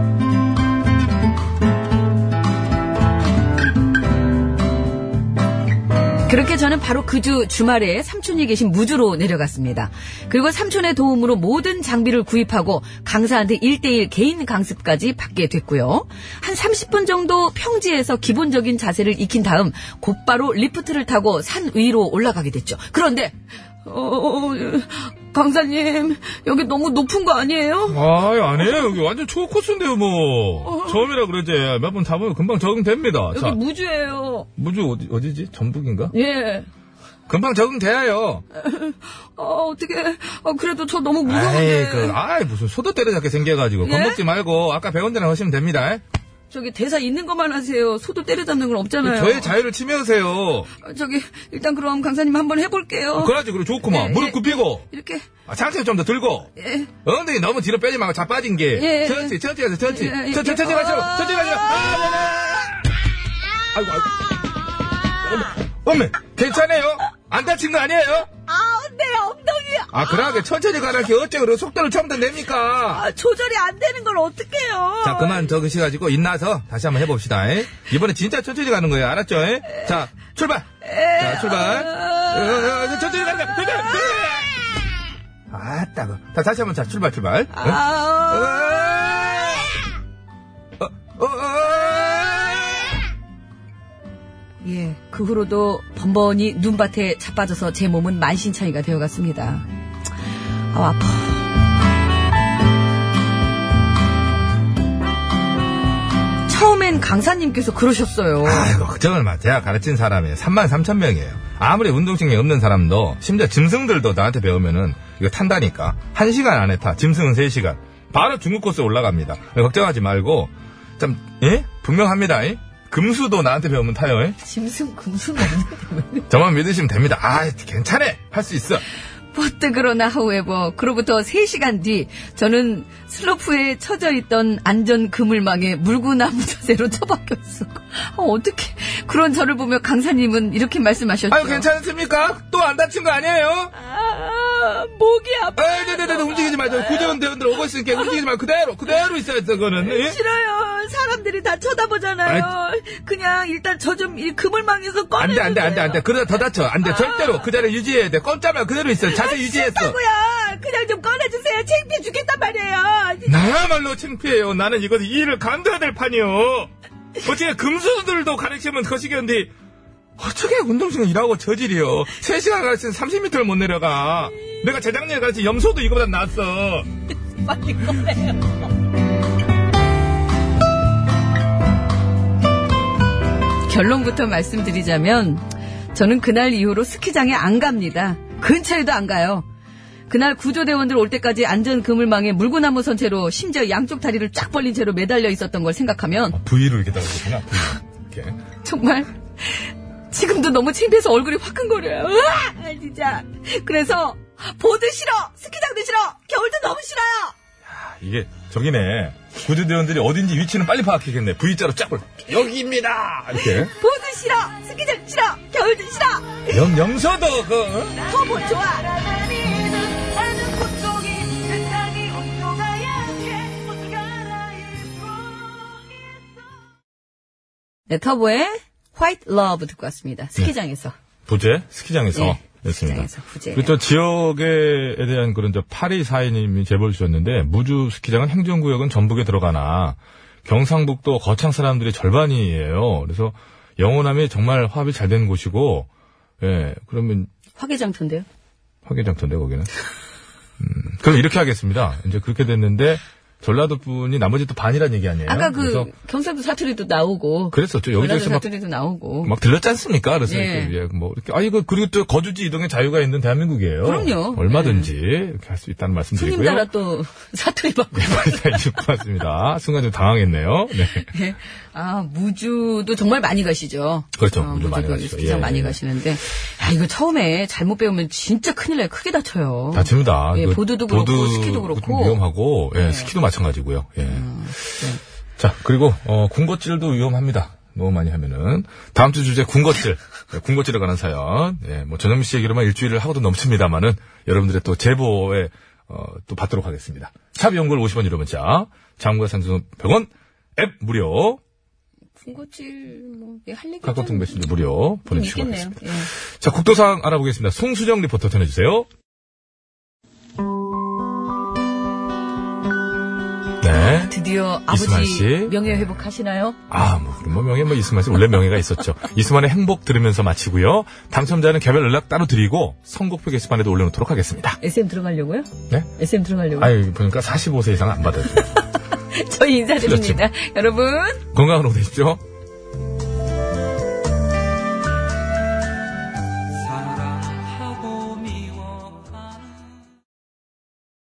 그렇게 저는 바로 그 주 주말에 삼촌이 계신 무주로 내려갔습니다. 그리고 삼촌의 도움으로 모든 장비를 구입하고 강사한테 1대1 개인 강습까지 받게 됐고요. 한 30분 정도 평지에서 기본적인 자세를 익힌 다음 곧바로 리프트를 타고 산 위로 올라가게 됐죠. 그런데 어, 강사님 여기 너무 높은 거 아니에요?
아 아니에요 여기 완전 초급 코스인데요 뭐 처음이라 그러지 몇 번 잡으면 금방 적응됩니다.
어. 여기 뭐-
자
무주예요.
무주 어디 어디지 전북인가?
예.
금방 적응돼요.
어, 어떻게, 어, 그래도 저 너무
아이,
무서운데.
그, 아이, 무슨 소도 때려잡게 생겨가지고.
예?
겁먹지 말고, 아까 배운 대로 하시면 됩니다. 에?
저기 대사 있는 것만 하세요. 소도 때려잡는 건 없잖아요.
저의 자유를 침해하세요.
어, 저기, 일단 그럼 강사님 한번 해볼게요.
어, 그래야지, 그래, 좋구만.
예,
무릎
예.
굽히고,
이렇게,
아, 상체 좀 더 들고,
예.
엉덩이 너무 뒤로 빼지 말고, 자빠진 게.
예, 예.
천천히, 천천히 가세요, 천천히.
예, 예,
천천히, 천천히
예.
가세요,
아.
천천히 가세요. 네. 아이고, 아이고. 어머, 어머, 괜찮아요? 안 다친 거 아니에요?
아, 내 엉덩이!
아, 그러게, 천천히 가라, 이렇게 어째, 그래, 속도를 처음부터 냅니까?
아, 조절이 안 되는 걸 어떡해요.
자, 그만 적으셔가지고, 인나서 다시 한번 해봅시다. 에? 이번에 진짜 천천히 가는 거예요. 알았죠? 에? 자, 출발! 자, 출발! 어, 어, 천천히 가는 거야! 출발! 출발! 아따, 그. 자, 다시 한번 자, 출발, 출발. 어?
아.
어,
예, 그 후로도 번번이 눈밭에 자빠져서 제 몸은 만신창이가 되어갔습니다. 아우, 아파. 처음엔 강사님께서 그러셨어요.
아이고, 걱정을 마. 제가 가르친 사람이 3만 3천 명이에요. 아무리 운동신경이 없는 사람도, 심지어 짐승들도 나한테 배우면은, 이거 탄다니까. 1시간 안에 타. 짐승은 3시간. 바로 중국 코스 올라갑니다. 걱정하지 말고, 참, 예? 분명합니다. 예? 금수도 나한테 배우면 타요. 에?
짐승 금수는 없는데.
저만 믿으시면 됩니다. 아, 괜찮아. 할 수 있어.
버트 그러나 하우에버 그로부터 3시간 뒤 저는 슬로프에 처져 있던 안전 그물망에 물구나무 자세로 처박혀 있었고 아, 어떻게 그런 저를 보며 강사님은 이렇게 말씀하셨죠.
아유, 괜찮습니까? 또 안 다친 거 아니에요?
아, 목이 아파.
아, 네네네, 움직이지 마죠. 구조원 대원들 오고 있으니까 움직이지 말고 그대로, 그대로 있어야 돼, 그거는. 예?
싫어요. 사람들이 다 쳐다보잖아요. 그냥 일단 저 좀 이 그물망에서 꺼내.
안 돼, 안 돼, 안 돼, 안 돼. 그러다 더 다쳐. 안 돼. 절대로 그 자리 유지해야 돼. 꼼짝말 그대로 있어. 자세 유지했어.
싫다고요. 그냥 좀 꺼내주세요. 창피해 죽겠단 말이에요.
나야말로 창피해요. 나는 이거 일을 감당해야 될 판이요. 어떻게 금수들도 가르치면 거시기한데 어떻게 운동신경 일하고 저질이요. 3시간 가르치면 30m를 못 내려가. 내가 재작년에 가르친 염소도 이거보다 낫어.
빨리 꺼내요. 결론부터 말씀드리자면 저는 그날 이후로 스키장에 안 갑니다. 근처에도 안 가요. 그날 구조대원들 올 때까지 안전 그물망에 물구나무 선 채로 심지어 양쪽 다리를 쫙 벌린 채로 매달려 있었던 걸 생각하면
부위로 이렇게 달라붙구나. 이렇게.
정말 지금도 너무 창피해서 얼굴이 화끈거려요. 으아! 아, 진짜. 그래서 보드 싫어, 스키장도 싫어, 겨울도 너무 싫어요.
이게 저기네. 구조대원들이 어딘지 위치는 빨리 파악했겠네. V자로 쫙 벌. 여기입니다. 이렇게.
보드 싫어, 스키장 싫어, 겨울도 싫어.
염, 염소도 그 어?
터보 좋아. 네, 터보의 화이트 러브 듣고
네.
왔습니다. 스키장에서.
부재 스키장에서
예,
였습니다.
스키장에서 부재.
어, 그또 지역에 대한 그런 저 파리 사인님이 제보를 주셨는데 무주 스키장은 행정구역은 전북에 들어가나 경상북도 거창 사람들이 절반이에요. 그래서 영호남이 정말 화합이 잘 된 곳이고 예 그러면
화개장터인데요.
예, 화개장터인데 거기는. 음, 그럼 이렇게 하겠습니다. 이제 그렇게 됐는데 전라도 분이 나머지 또 반이란 얘기 아니에요?
아까
그래서
그 경상도 사투리도 나오고
그랬었죠. 여기저기서
전라도
막
사투리도 나오고
막 들렸지 않습니까? 그래서
예.
이렇게, 예, 뭐 이렇게 아 이거 그리고 또 거주지 이동의 자유가 있는 대한민국이에요.
그럼요.
얼마든지 이렇게 할 수 있다는
손님
말씀드리고요. 네.
따라 또 사투리 받고
맞습니다. 순간 좀 당황했네요. 네.
예. 아 무주도 정말 많이 가시죠.
그렇죠.
어,
무주 많이
그
가시죠.
스키장
예,
많이
예.
가시는데 야 이거 처음에 잘못 배우면 진짜 큰일 나요. 크게 다쳐요.
다칩니다.
예,
그
보드도 그렇고
보드
스키도
좀
그렇고
위험하고 예,
네. 음,
스키도 마찬가지고요. 예. 자 그리고 어, 군것질도 위험합니다. 너무 많이 하면은 다음 주 주제 군것질, 예, 군것질에 관한 사연. 예, 뭐 전현미 씨 얘기로만 일주일을 하고도 넘칩니다만은 여러분들의 또 제보에 어, 또 받도록 하겠습니다. 샵 연골 50원 유료 문자, 장과 산소 100원, 앱 무료,
군것질 뭐할 얘기
카카오톡 메시지 무료
좀
보내주시고 하겠습니다.
있겠네요. 예.
자, 국도상 알아보겠습니다. 송수정 리포터 전해주세요. 네.
드디어
이승환 씨.
아버지 명예 회복하시나요?
아, 뭐, 그럼 뭐 명예, 뭐, 이수만 씨, 원래 명예가 있었죠. 이수만의 행복 들으면서 마치고요. 당첨자는 개별 연락 따로 드리고, 선곡표 게시판에도 올려놓도록 하겠습니다.
SM 들어가려고요?
네?
SM 들어가려고요?
아유, 보니까 45세 이상 은안 받아요. 그렇죠.
저희 인사드립니다. 여러분
건강으로 되십시오.